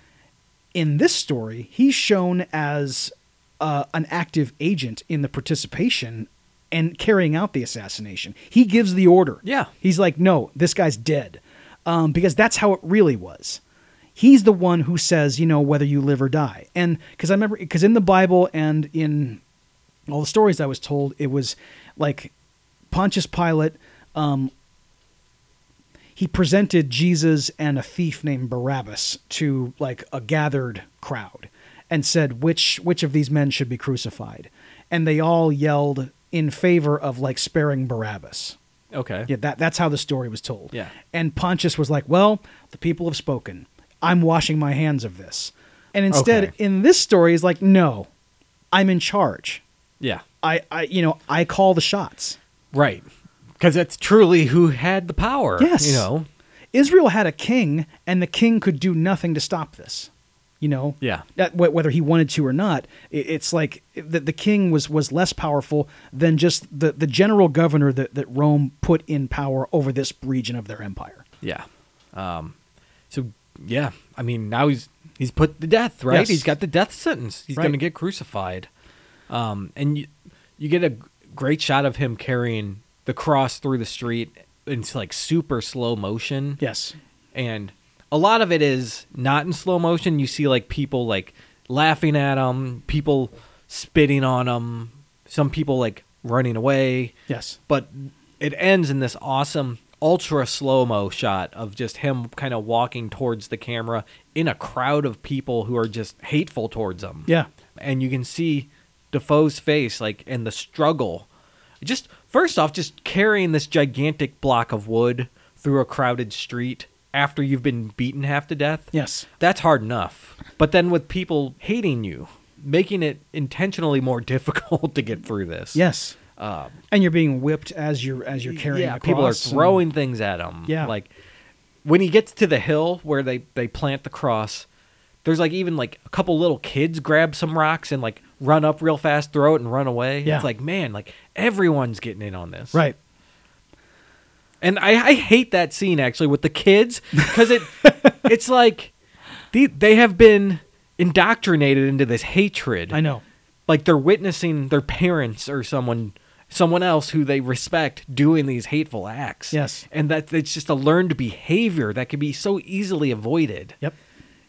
in this story, he's shown as uh, an active agent in the participation and carrying out the assassination. He gives the order. Yeah. He's like, no, this guy's dead. Um, because that's how it really was. He's the one who says, you know, whether you live or die. And because I remember, because in the Bible and in all the stories I was told, it was like Pontius Pilate, um, he presented Jesus and a thief named Barabbas to like a gathered crowd and said which which of these men should be crucified and they all yelled in favor of like sparing Barabbas Okay. yeah that that's how the story was told Yeah. and Pontius was like well the people have spoken I'm washing my hands of this and instead Okay. in this story is like no I'm in charge Yeah. I I you know I call the shots Right. Because that's truly who had the power. Yes. You know? Israel had a king, and the king could do nothing to stop this. You know, Yeah. That- wh- whether he wanted to or not, i- it's like the, the king was was less powerful than just the the general governor that that Rome put in power over this region of their empire. Yeah. Um, so, yeah. I mean, now he's he's put to death, right? Yes. He's got the death sentence. He's Right. going to get crucified. Um, and you, you get a g- great shot of him carrying the cross through the street. It's like super slow motion. Yes. and a lot of it is not in slow motion. You see like people like laughing at him, people spitting on him, some people like running away. Yes. But it ends in this awesome ultra slow mo shot of just him kind of walking towards the camera in a crowd of people who are just hateful towards him. Yeah. And you can see Defoe's face, like, and the struggle. Just, first off, just carrying this gigantic block of wood through a crowded street after you've been beaten half to death. Yes. That's hard enough. But then with people hating you, making it intentionally more difficult to get through this. Yes. Um, And you're being whipped as you're as you're carrying. yeah, across people are and- throwing things at him. Yeah. like when he gets to the hill where they they plant the cross, there's like even like a couple little kids grab some rocks and like run up real fast, throw it, and run away. Yeah. It's like man, like everyone's getting in on this, Right. And I, I hate that scene actually with the kids because it it's like they, they have been indoctrinated into this hatred I know. like they're witnessing their parents or someone someone else who they respect doing these hateful acts. Yes. And that it's just a learned behavior that can be so easily avoided. Yep.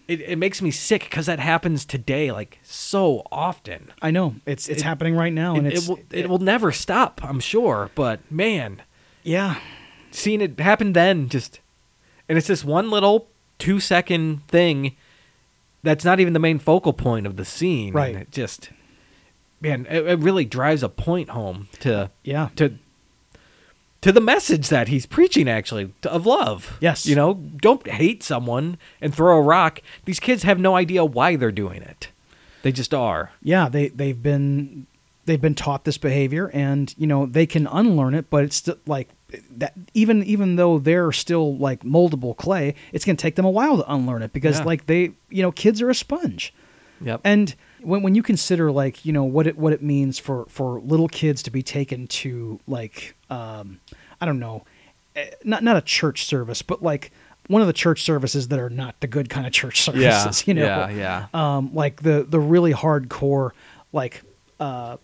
It, it makes me sick because that happens today like so often. I know. It's it's happening right now, And and it, it's will, it, will never stop, I'm sure. But man, yeah. seeing it happen then just and it's this one little two second thing that's not even the main focal point of the scene Right. and it just man it, it really drives a point home to Yeah. to to the message that he's preaching actually to, of love Yes. you know don't hate someone and throw a rock these kids have no idea why they're doing it they just are yeah they they've been they've been taught this behavior and you know they can unlearn it but it's still like that even even though they're still like moldable clay it's going to take them a while to unlearn it because Yeah. like they you know kids are a sponge yep and when, when you consider like you know what it what it means for for little kids to be taken to like um i don't know eh, not not a church service but like one of the church services that are not the good kind of church services you know yeah yeah um, like the the really hardcore like uh,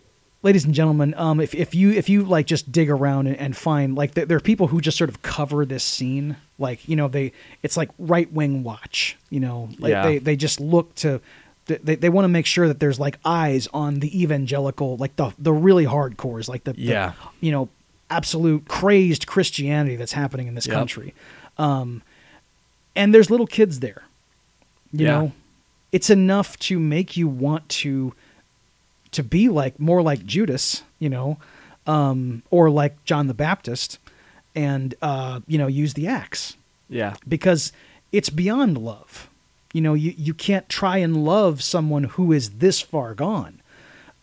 ladies and gentlemen um, if, if you if you like just dig around and, and find like there, there are people who just sort of cover this scene like you know they it's like right wing watch you know like Yeah. they, they just look to they, they want to make sure that there's like eyes on the evangelical like the the really hardcores like the, the, Yeah. you know absolute crazed christianity that's happening in this Yep. country um, and there's little kids there you Yeah. know it's enough to make you want to to be like more like judas you know um or like john the baptist and uh you know use the axe yeah because it's beyond love you know you you can't try and love someone who is this far gone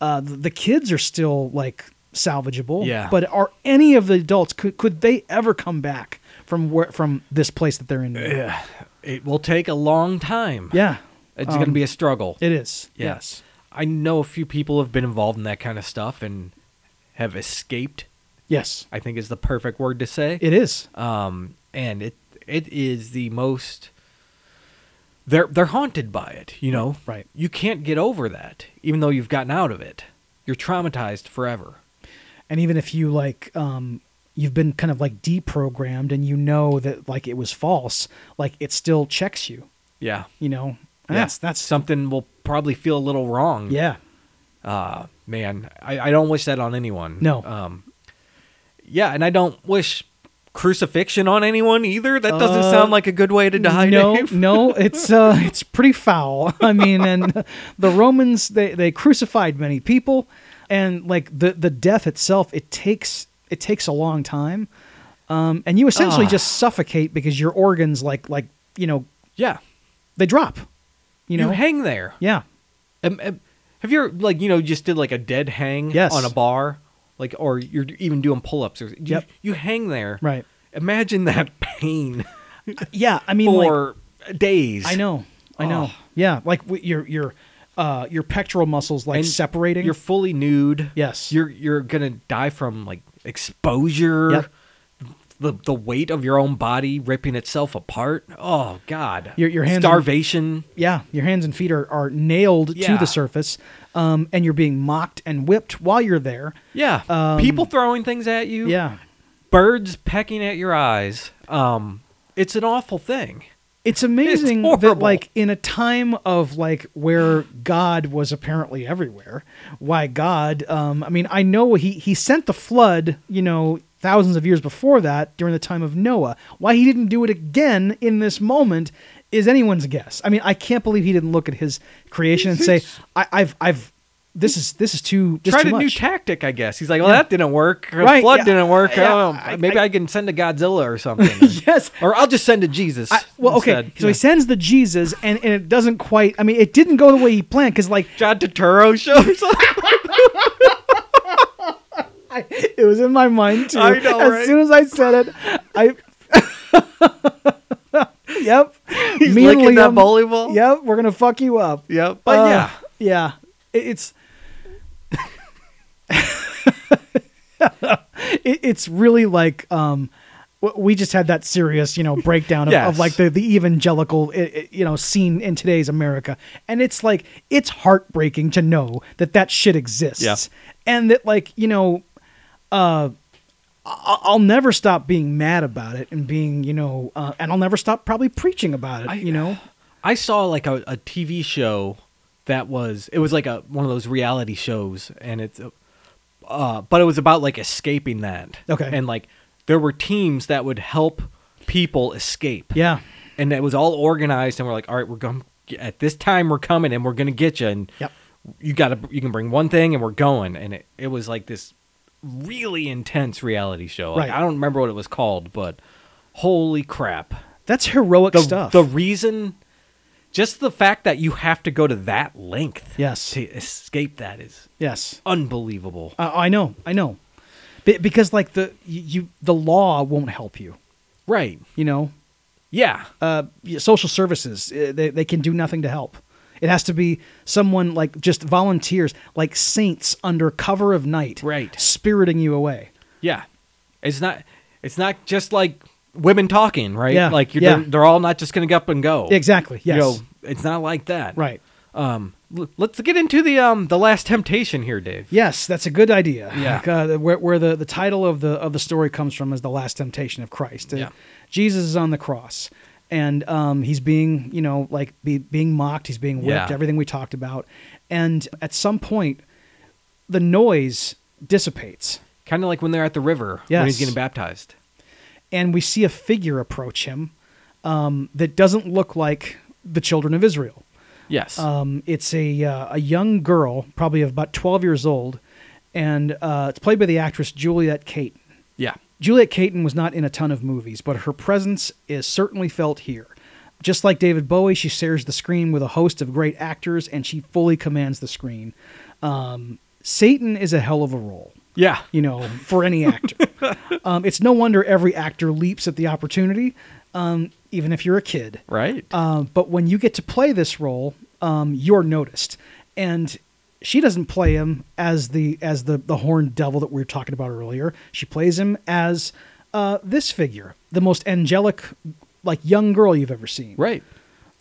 uh the, the kids are still like salvageable Yeah. but are any of the adults could could they ever come back from where from this place that they're in now? yeah it will take a long time yeah Um, it's going to be a struggle it is Yeah. yes I know a few people have been involved in that kind of stuff and have escaped. Yes, I think is the perfect word to say. it is. um, and it it is the most. They're they're haunted by it. You know, Right. You can't get over that, even though you've gotten out of it. You're traumatized forever. And even if you like, um, you've been kind of like deprogrammed, and you know that like it was false, like it still checks you. Yeah. You know, and Yeah. that's that's something will probably feel a little wrong. yeah, uh man I, I don't wish that on anyone No. um yeah and i don't wish crucifixion on anyone either that doesn't Uh, sound like a good way to die no, Dave. no, it's uh, it's pretty foul. I mean, and the Romans they they crucified many people, and like the the death itself, it takes it takes a long time, um, and you essentially Ah. just suffocate because your organs like like you know yeah they drop. You you, know, hang there yeah, Um, um, have you ever like you know just did like a dead hang Yes. on a bar like or you're even doing pull-ups or you, Yep. you hang there right. imagine that pain Uh, Yeah, I mean, like, for days I know, I know. Oh. Yeah, like w- your your uh your pectoral muscles like And separating. You're fully nude. Yes. You're you're gonna die from like exposure. Yep. The the weight of your own body ripping itself apart. Oh God. Your- your hands and- starvation. yeah, your hands and feet are are nailed to Yeah. the surface, um, and you're being mocked and whipped while you're there. Yeah. Um, People throwing things at you. Yeah, Birds pecking at your eyes. Um, it's an awful thing. It's amazing that horrible. like in a time of like where God was apparently everywhere, why God um I mean I know he he sent the flood, you know, thousands of years before that during the time of Noah. Why he didn't do it again in this moment is anyone's guess. I mean, I can't believe he didn't look at his creation and say, I, I've I've this is this is too this is Tried too a new much. tactic, I guess. He's like, well, that didn't work. Or Right, flood yeah. didn't work. Yeah, oh, I- maybe I, can send a Godzilla or something. yes. Or I'll just send a Jesus. I, well, okay. instead. Yeah. So he sends the Jesus, and, and it doesn't quite. I mean, it didn't go the way he planned because, like, John Turturro shows up. I, it was in my mind too. I know, as right? soon as I said it, I. yep. He's Me and licking that Liam- bowling ball. um, Yep, we're gonna fuck you up. Yep. But Uh, yeah. yeah, It- it's it, it's really like um, w- we just had that serious you know breakdown of, of Yes. like the the evangelical i- i- you know scene in today's America, and it's like it's heartbreaking to know that that shit exists, Yeah. and that like you know. Uh, I- I'll never stop being mad about it and being, you know, uh, and I'll never stop probably preaching about it, you know. I saw like a, a TV show that was it was like a one of those reality shows, and it's uh, uh, but it was about like escaping that. Okay. and like there were teams that would help people escape. Yeah. and it was all organized, and we're like, all right, we're going at this time, we're coming, and we're gonna get you, and Yep. you gotta you can bring one thing, and we're going, and it it was like this really intense reality show. Like, Right. I don't remember what it was called, but holy crap That's heroic the, stuff. The reason, just the fact that you have to go to that length Yes. to escape that is yes, unbelievable. uh, I know, I know, Be- because like the you, you the law won't help you. Right. You know, Yeah. uh, y- social services uh, they they can do nothing to help. It has to be someone like just volunteers, like saints under cover of night, Right. spiriting you away. Yeah. It's not it's not just like women talking, right? Yeah, Like you're, yeah. they're, they're all not just going to get up and go. Exactly. You Yes. know, it's not like that. right. Um l- let's get into the um the last temptation here, Dave. Yes, that's a good idea. Yeah. Like, uh, where where the, the title of the of the story comes from is the last temptation of Christ. Uh, Yeah. Jesus is on the cross, and um, he's being you know like be, being mocked, he's being whipped, Yeah. everything we talked about, and at some point, the noise dissipates, Kind of like when they're at the river when Yes. he's getting baptized. and we see a figure approach him um, that doesn't look like the children of Israel. Yes. Um, it's a uh, a young girl, probably of about twelve years old, and uh, it's played by the actress Juliet Kate. yeah. Juliet Caton was not in a ton of movies, but her presence is certainly felt here. Just like David Bowie, she shares the screen with a host of great actors, and she fully commands the screen. Um, Satan is a hell of a role, Yeah. you know, for any actor. um, it's no wonder every actor leaps at the opportunity, um, even if you're a kid. Right. Um, but when you get to play this role, um, you're noticed, and she doesn't play him as the as the the horned devil that we were talking about earlier. She plays him as uh, this figure, the most angelic, like young girl you've ever seen. right.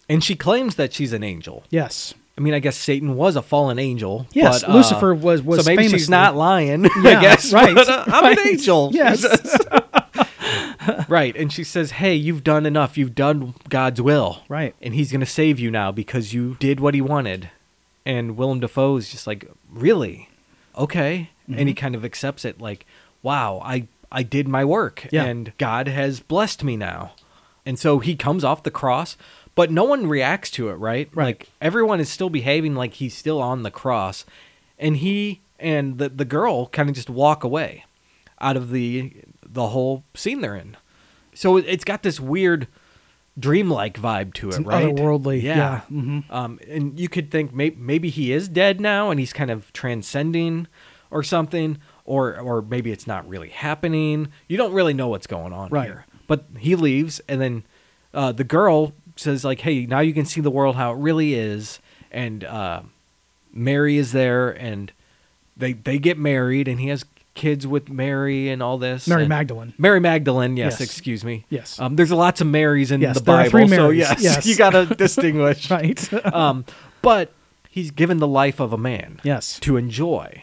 And she claims that she's an angel. Yes. I mean, I guess Satan was a fallen angel. Yes, but, uh, Lucifer was- was So maybe famously- she's not lying. Yeah, I guess. right, But, uh, I'm right. an angel. Yes. right. And she says, "Hey, you've done enough. You've done God's will. Right. And He's gonna save you now because you did what He wanted." And Willem Dafoe is just like, "Really? Okay." And Mm-hmm. he kind of accepts it, like, "Wow, I I did my work, Yeah. and God has blessed me now." And so he comes off the cross, but no one reacts to it, right? Right. Like everyone is still behaving like he's still on the cross, and he and the the girl kind of just walk away out of the the whole scene they're in. So it- it's got this weird dreamlike vibe to it, an right? otherworldly- yeah, mhm. Um, and you could think maybe maybe he is dead now, and he's kind of transcending or something, or or maybe it's not really happening. You don't really know what's going on Right. here. But he leaves, and then uh, the girl says like, "Hey, now you can see the world how it really is." And uh, Mary is there, and they they get married, and he has kids with Mary and all this. Mary and- Magdalene. Mary Magdalene, yes, Yes. excuse me. Yes. Um, there's lots of Marys in Yes, the there are Bible, three so Marys, yes, yes. you gotta distinguish. Right. Um, but he's given the life of a man yes. to enjoy,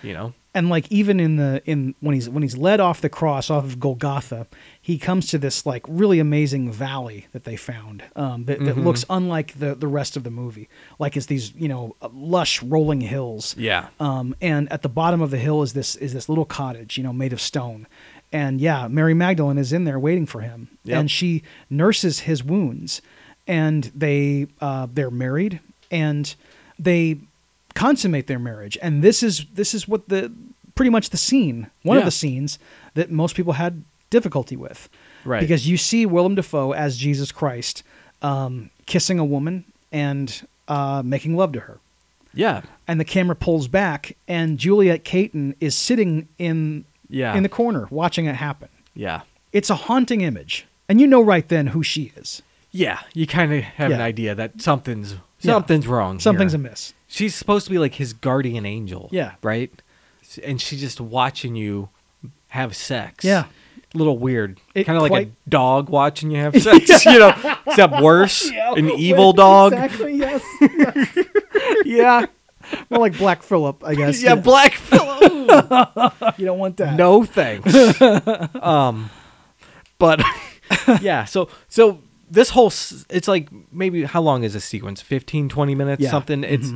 you know. and like even in the in when he's when he's led off the cross off of Golgotha, he comes to this like really amazing valley that they found um, that, that looks unlike the the rest of the movie. Like it's these you know lush rolling hills. Yeah. Um, and at the bottom of the hill is this is this little cottage, you know, made of stone. And yeah, Mary Magdalene is in there waiting for him, Yep. and she nurses his wounds. And they uh, they're married, and they consummate their marriage. And this is this is what the pretty much the scene, one of Yeah. the scenes that most people had difficulty with, Right. Because you see Willem Dafoe as Jesus Christ um, kissing a woman and uh, making love to her Yeah. and the camera pulls back and Juliet Caton is sitting in Yeah. in the corner watching it happen. Yeah. It's a haunting image. And you know right then who she is. Yeah. You kind of have an Yeah. idea that something's Yeah. something's wrong. Something's here. amiss. She's supposed to be like his guardian angel. Yeah. Right? S- And she's just watching you have sex. Yeah. A little weird. It Kind of like a quite- dog watching you have sex, you know, except worse. an evil dog. Exactly, yes. Yeah. More like Black Phillip, I guess. yeah, black Phillip. you don't want that. no thanks. um but yeah, so so this whole s- it's like maybe how long is this sequence? 15 20 minutes Yeah. Mm-hmm. something. It's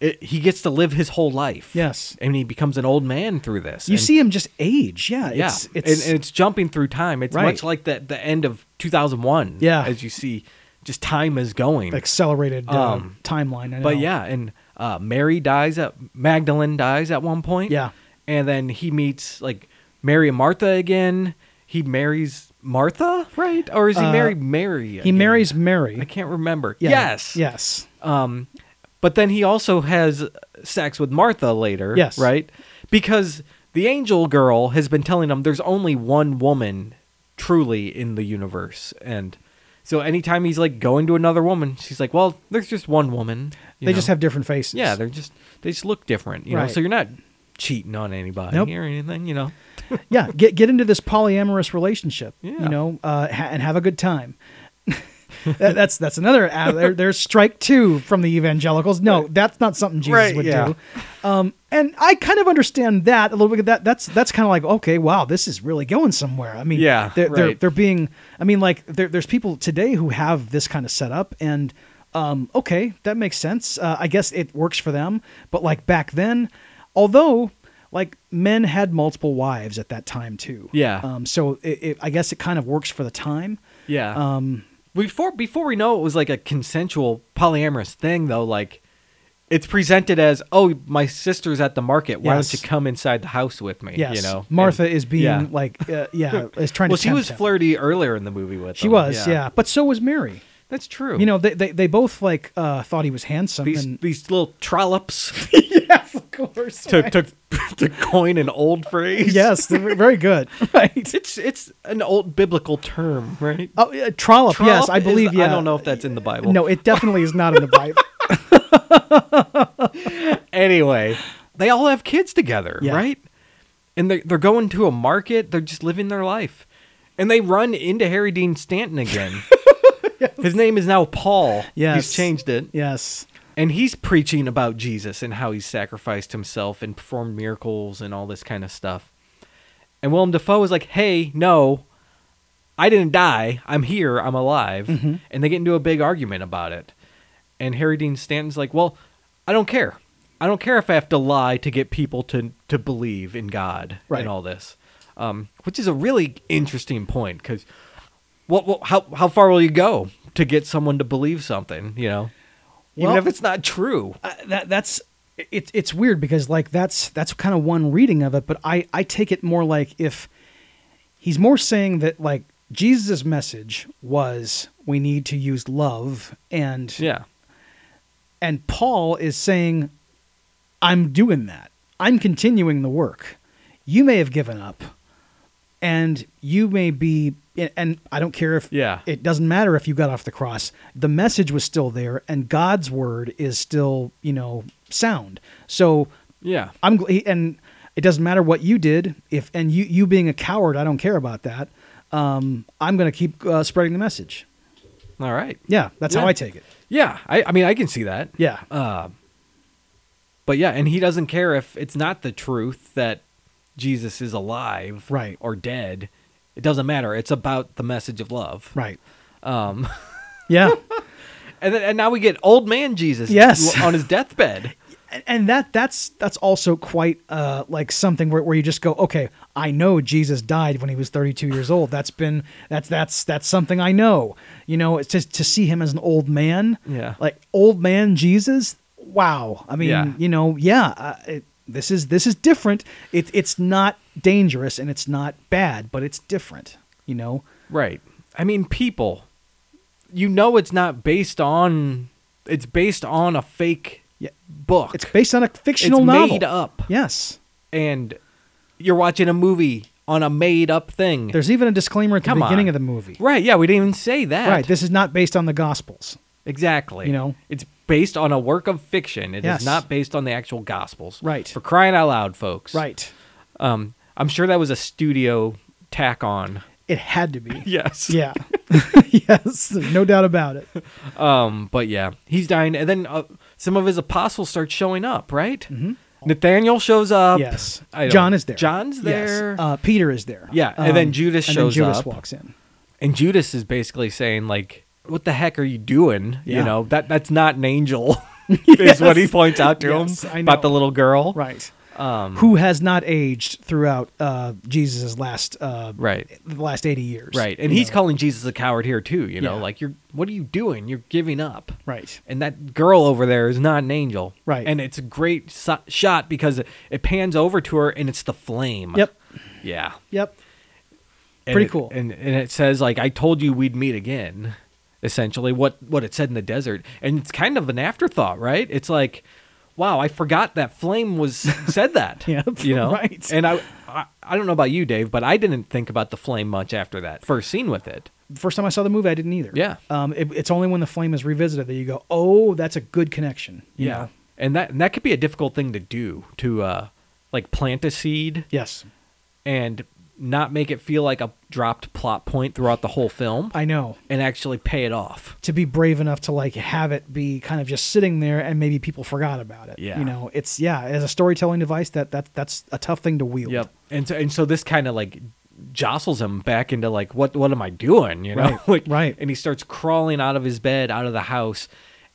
it, he gets to live his whole life. Yes. And he becomes an old man through this. You and, see him just age. Yeah. yeah, It's, and- it's, and, it's jumping through time. It's Right. much like the the end of 2001. Yeah. as you see, just time is going. accelerated uh, Um, timeline. I But know. yeah, and uh, Mary dies at Magdalene dies at one point. Yeah. and then he meets like Mary and Martha again. He marries Martha, right? Or is he Uh, married Mary? He again? marries Mary. I can't remember. Yeah. Yes. Yes. Um, but then he also has sex with Martha later. Yes. Right? Because the angel girl has been telling him there's only one woman truly in the universe. And so anytime he's like going to another woman, she's like, well, there's just one woman. you They know? just have different faces. yeah, they're just, they just look different, you know? Right. So you're not cheating on anybody Nope. or anything, you know? yeah, get get into this polyamorous relationship, Yeah. you know, uh, ha- and have a good time. That- that's that's another uh, there, there's strike two from the evangelicals. No, that's not something Jesus Right, would yeah. do. Um, and I kind of understand that a little bit. That that's that's kind of like okay, wow, this is really going somewhere. I mean, Yeah, they're, they're right. they're being. I mean, like there, there's people today who have this kind of setup, and um, okay, that makes sense. Uh, I guess it works for them. But like back then, although like men had multiple wives at that time too. Yeah. Um, so it, it, I guess it kind of works for the time. Yeah. Um, Uh, before before we know it was like a consensual polyamorous thing though like it's presented as oh my sister's at the market why don't Yes. you come inside the house with me yes. you know Martha And- is being yeah. like, uh, yeah, is trying well to. she was tempt him. flirty earlier in the movie with She him. was, yeah. But so was Mary. that's true You know, they they, they both like uh, thought he was handsome. these and these little trollops yes, of course. to, to to coin an old phrase yes, they're very good. Right. it's it's an old biblical term right Oh, uh, trollop, Trollop Yes, I is- believe. yeah. i don't know if that's in the bible No, it definitely is not in the Bible. anyway, they all have kids together, Yeah. right? And they're, they're going to a market. They're just living their life. And they run into Harry Dean Stanton again. His name is now Paul. Yes. He's changed it. yes. And he's preaching about Jesus and how he sacrificed himself and performed miracles and all this kind of stuff. And Willem Dafoe is like, hey, no, I didn't die. I'm here. I'm alive. And they get into a big argument about it. And Harry Dean Stanton's like, well, I don't care. I don't care if I have to lie to get people to, to believe in God Right. and all this, um, which is a really interesting point because what, what, how, how far will you go to get someone to believe something, you know? Well- Even if it's not true. uh, that that's it's it's weird because like that's that's kind of one reading of it, but I I take it more like if he's more saying that like Jesus' message was we need to use love and Yeah. and Paul is saying I'm doing that. I'm continuing the work. You may have given up and you may be and I don't care if Yeah. it doesn't matter if you got off the cross the message was still there and god's word is still you know sound so Yeah. i'm gl- and it doesn't matter what you did if and you you being a coward i don't care about that um i'm gonna keep uh, spreading the message All right. yeah that's how Yeah. i take it Yeah. I, I mean, I can see that. yeah Uh, But yeah, and he doesn't care if it's not the truth that Jesus is alive Right. or dead. It doesn't matter. It's about the message of love. Right. Um, Yeah. and then, and now we get old man Jesus Yes. on his deathbed. And- and that that's that's also quite uh like something where, where you just go okay i know jesus died when he was 32 years old that's been that's that's that's something i know you know it's just to see him as an old man Yeah. like old man jesus wow i mean Yeah. you know yeah uh, it, this is this is different it, it's not dangerous and it's not bad but it's different you know Right. I mean, people, you know, it's not based on. It's based on a fake Yeah. book. it's based on a It's fictional novel made up, yes and you're watching a movie on a made up thing. there's even a disclaimer at the Come beginning on. of the movie right? Yeah, we didn't even say that. right this is not based on the gospels exactly. you know? it's based on a work of fiction. It is Yes. not based on the actual gospels. Right. For crying out loud, folks. Right. Um, I'm sure that was a studio tack on. It had to be. Yes. yeah. yes. There's no doubt about it. Um, but yeah, he's dying, and then uh, some of his apostles start showing up, right? Mm-hmm. Nathaniel shows up. Yes. I don't- John is there. John's there, Yes. Uh, Peter is there. Um, Yeah, and then Judas and shows then Judas up. walks in. and Judas is basically saying like, "What the heck are you doing? Yeah. You know that that's not an angel." is what he points out to Yes, him I about the know. little girl. Right. Um, Who has not aged throughout uh, Jesus' last uh, right. the last eighty years? Right. And you he's know? calling Jesus a coward here too. You know, Yeah. like you're, what are you doing? You're giving up. Right. And that girl over there is not an angel. Right. And it's a great so- shot because it, it pans over to her and it's the flame. Yep. Yeah. Yep. And Pretty it- cool. And and it says like I told you we'd meet again, essentially what what it said in the desert. And it's kind of an afterthought, right? It's like, wow, I forgot that flame was said that. Yep, You know. right. And I, I I don't know about you, Dave, but I didn't think about the flame much after that first scene with it. The First time I saw the movie, I didn't either. Yeah. Um, it- it's only when the flame is revisited that you go, oh, that's a good connection. you know? And that and that could be a difficult thing to do to uh like plant a seed Yes. and not make it feel like a dropped plot point throughout the whole film I know. and actually pay it off. to be brave enough to like have it be kind of just sitting there and maybe people forgot about it. Yeah. You know, it's yeah, as a storytelling device that that that's a tough thing to wield. Yep. And so and so this kind of like jostles him back into like what what am I doing? You know, Right, like right. And he starts crawling out of his bed, out of the house,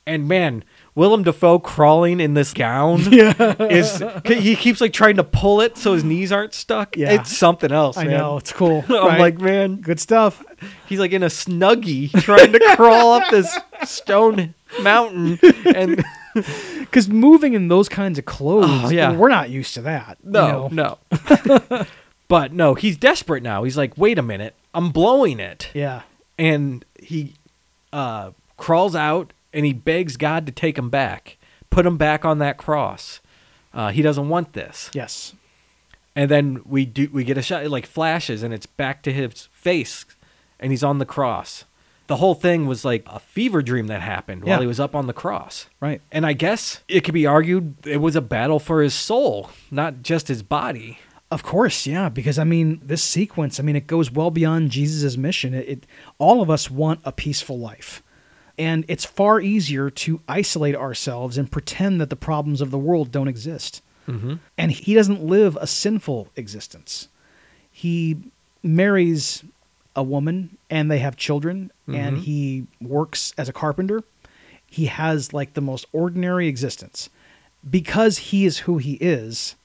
and man, Willem Dafoe crawling in this gown is he keeps like trying to pull it so his knees aren't stuck. Yeah. It's something else. I man. know, it's cool. I'm right? like, man, good stuff. he's like in a snuggie trying to crawl up this stone mountain, and Cuz moving in those kinds of clothes, Oh, yeah. we're not used to that. you No, know? no. but no, he's desperate now. He's like, wait a minute, I'm blowing it. Yeah. And he uh, crawls out and he begs God to take him back, put him back on that cross. Uh, he doesn't want this. Yes. And then we do we get a shot it like flashes and it's back to his face and he's on the cross. The whole thing was like a fever dream that happened Yeah. while he was up on the cross. Right. And I guess it could be argued it was a battle for his soul, not just his body. Of course, yeah, because I mean, this sequence, I mean, it goes well beyond Jesus' mission. It, it all of us want a peaceful life. And it's far easier to isolate ourselves and pretend that the problems of the world don't exist. Mm-hmm. And he doesn't live a sinful existence. He marries a woman and they have children, and he works as a carpenter. He has like the most ordinary existence. Because he is who he is,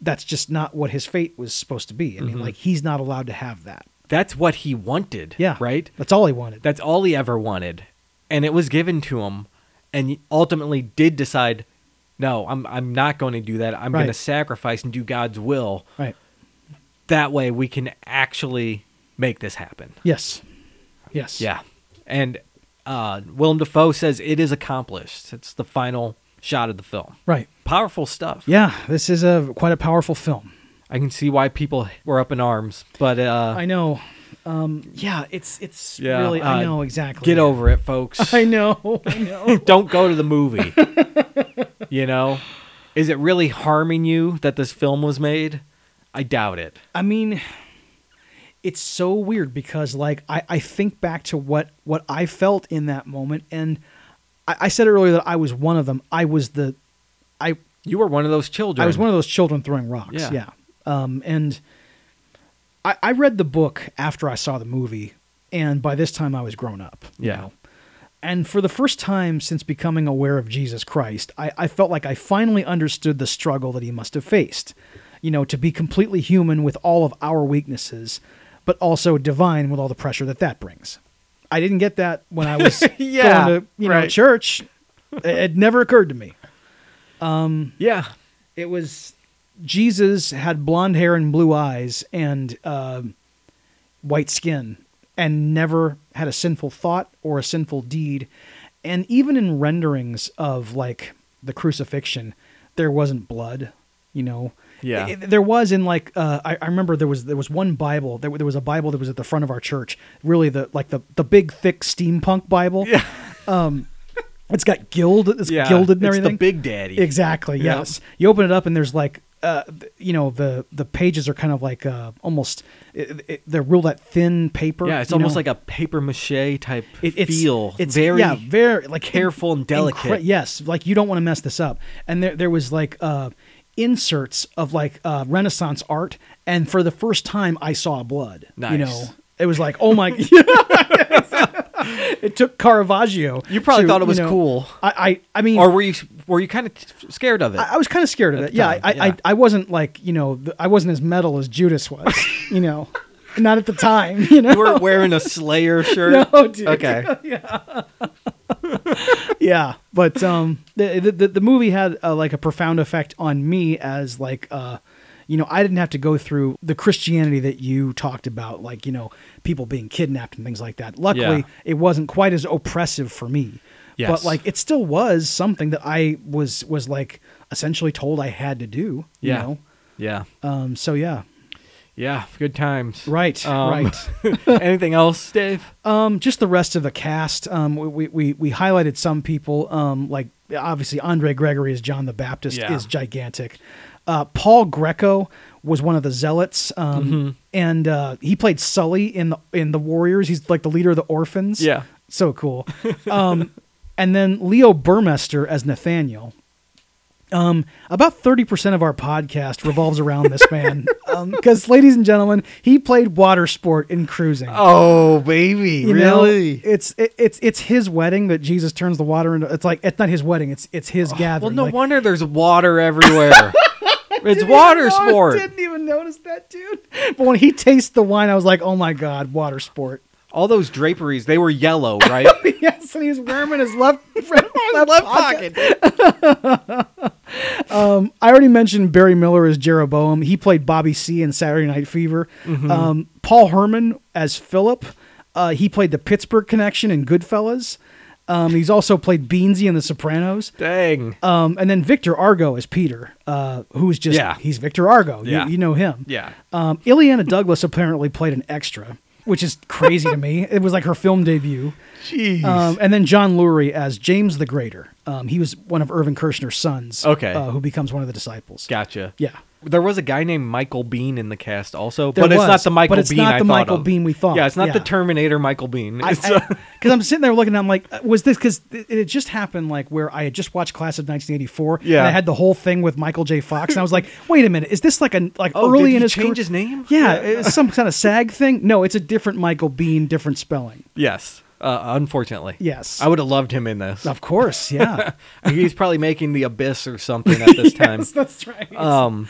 that's just not what his fate was supposed to be. I Mm-hmm. mean, like he's not allowed to have that. That's what he wanted. Yeah. Right? That's all he wanted. That's all he ever wanted. And it was given to him and he ultimately did decide, no, I'm I'm not going to do that. I'm going to Right. sacrifice and do God's will. right. That way we can actually make this happen. Yes. Yes. Yeah. And uh Willem Dafoe says it is accomplished. It's the final shot of the film. Right. Powerful stuff. Yeah. This is a quite a powerful film. I can see why people were up in arms, but uh I know. Um, yeah. It's it's Yeah, really. I uh, know exactly. get over it, folks. I know. I know. don't go to the movie. you know, is it really harming you that this film was made? I doubt it. I mean, it's so weird because like I, I think back to what what I felt in that moment, and I, I said earlier that I was one of them. I was the I You were one of those children. I was one of those children throwing rocks. Yeah. Yeah. Um, and I, I read the book after I saw the movie, and by this time I was grown up. you Yeah. know. And for the first time since becoming aware of Jesus Christ, I, I felt like I finally understood the struggle that he must have faced. You know, to be completely human with all of our weaknesses, but also divine with all the pressure that that brings. I didn't get that when I was Yeah, going to you know right. church. It- it never occurred to me Yeah. it was Jesus had blonde hair and blue eyes and uh, white skin and never had a sinful thought or a sinful deed. And even in renderings of like the crucifixion, there wasn't blood, you know. Yeah. It- it- there was in like uh, I, I remember there was there was one Bible there, w- there was a Bible that was at the front of our church, really the like the the big thick steampunk Bible. Yeah. It's got gild, it's Yeah. gilded and It's the everything. Big Daddy. Exactly. Yeah. Yes. You open it up and there's like, uh, th- you know, the the pages are kind of like uh, almost it, it, they're real that thin paper. Yeah, it's almost like a paper mache type feel. It's very yeah, very like careful and delicate. incre- yes, like you don't want to mess this up. And there there was like uh, inserts of like uh, Renaissance art, and for the first time I saw blood. Nice. You know, it was like oh my. it took Caravaggio. You probably to, thought it was you know- cool. I I, I mean, Or were you were you kind of scared of it? I, I was kind of scared of it. the Yeah, time, I, I, yeah. I, I wasn't like you know, th- I wasn't as metal as Judas was. you know, not at the time. You know, you were wearing a Slayer shirt. No, dude. Okay. yeah. But um, the the- the, the movie had uh, like a profound effect on me as like uh, you know, I didn't have to go through the Christianity that you talked about, like you know, people being kidnapped and things like that. Luckily, Yeah. it wasn't quite as oppressive for me. Yes. But like it still was something that I was was like essentially told I had to do. You Yeah. Know? Yeah. Um. So yeah. Yeah. Good times. Right. Um, Right. anything else, Dave? Um, just the rest of the cast. Um, we- we we, we highlighted some people. Um, like obviously Andre Gregory as John the Baptist Yeah. is gigantic. Uh, Paul Greco was one of the zealots, um, Mm-hmm. and uh, he played Sully in the in the Warriors. He's like the leader of the orphans. Yeah. so cool. Um, and then Leo Burmester as Nathaniel. Um, about 30% of our podcast revolves around this man. Um, cause ladies and gentlemen, he played water sport in cruising. Oh, baby. You know, it's it, it's it's his wedding that Jesus turns the water into. It's like it's not his wedding. It's it's his Oh, Well, gathering. no like, wonder there's water everywhere. it's water No, Oh, I sport. Didn't even notice that, dude. But when he tastes the wine, I was like, oh my god, water sport. All those draperies, they were yellow, right? yes, and he's wearing his left left, Left pocket. Um, I already mentioned Barry Miller as Jeroboam. He played Bobby C in Saturday Night Fever. Mm-hmm. Um, Paul Herman as Philip. Uh, he played the Pittsburgh Connection in Goodfellas. Um, he's also played Beansy in The Sopranos. Dang. Um, and then Victor Argo is Peter, uh, who's just Yeah. he's Victor Argo. You- Yeah. You, know him. Yeah. Um, Ileana Douglas apparently played an extra, which is crazy to me. It was like her film debut. Jeez. Um, and then John Lurie as James the Greater. Um, he was one of Irvin Kershner's sons. Okay. uh, who becomes one of the disciples. gotcha. Yeah. There was a guy named Michael Bean in the cast also, There but it's was, not the Michael but it's Bean not I the thought Michael of. Bean we thought. Yeah, it's not the Yeah. Terminator Michael Bean. It's, uh, because I'm sitting there looking, I'm like, uh, was this because it it had just happened like where I had just watched Class of 1984, Yeah. and I had the whole thing with Michael J. Fox, and I was like, wait a minute, is this like a like Oh, early did in he his change career- his name? Yeah, it's some kind of SAG thing. No, it's a different Michael Bean, different spelling. yes. Uh, unfortunately. Yes. I would have loved him in this. Of course, yeah, He's probably making the abyss or something at this time. Yes, that's right. Um,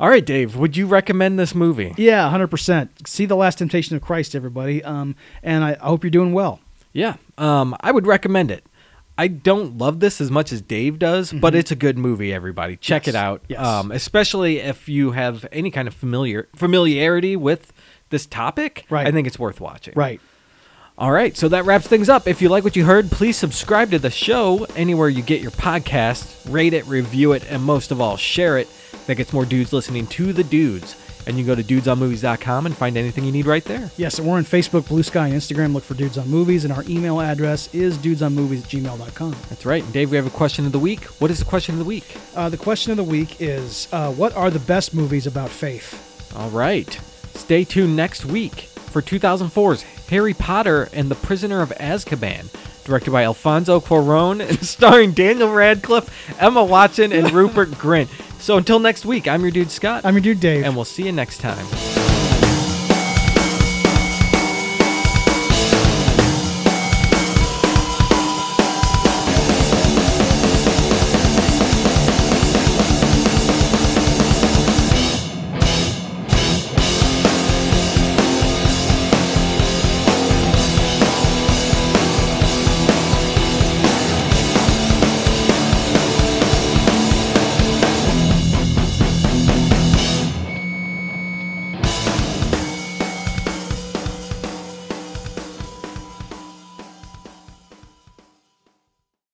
all right, Dave. Would you recommend this movie? yeah, hundred percent. See the Last Temptation of Christ, everybody. Um, and I, I hope you're doing well. Yeah, um, I would recommend it. I don't love this as much as Dave does, but it's a good movie. Everybody, check it out. Mm-hmm. yes. Um, especially if you have any kind of familiar familiarity with this topic. Right. I think it's worth watching. Right. All right, so that wraps things up. If you like what you heard, please subscribe to the show anywhere you get your podcast, rate it, review it, and most of all, share it. That gets more dudes listening to the dudes. And you can go to dudesonmovies.com and find anything you need right there. Yes, and we're on Facebook, Blue Sky, and Instagram. Look for Dudes on Movies, and our email address is dudesonmovies at gmail.com. That's right. And Dave, we have a question of the week. What is the question of the week? Uh, the question of the week is uh, What are the best movies about faith? All right. Stay tuned next week for 2004's Harry Potter and the Prisoner of Azkaban. directed by Alfonso Cuaron and starring Daniel Radcliffe, Emma Watson, and Rupert Grint. So until next week, I'm your dude Scott, I'm your dude, Dave. and we'll see you next time.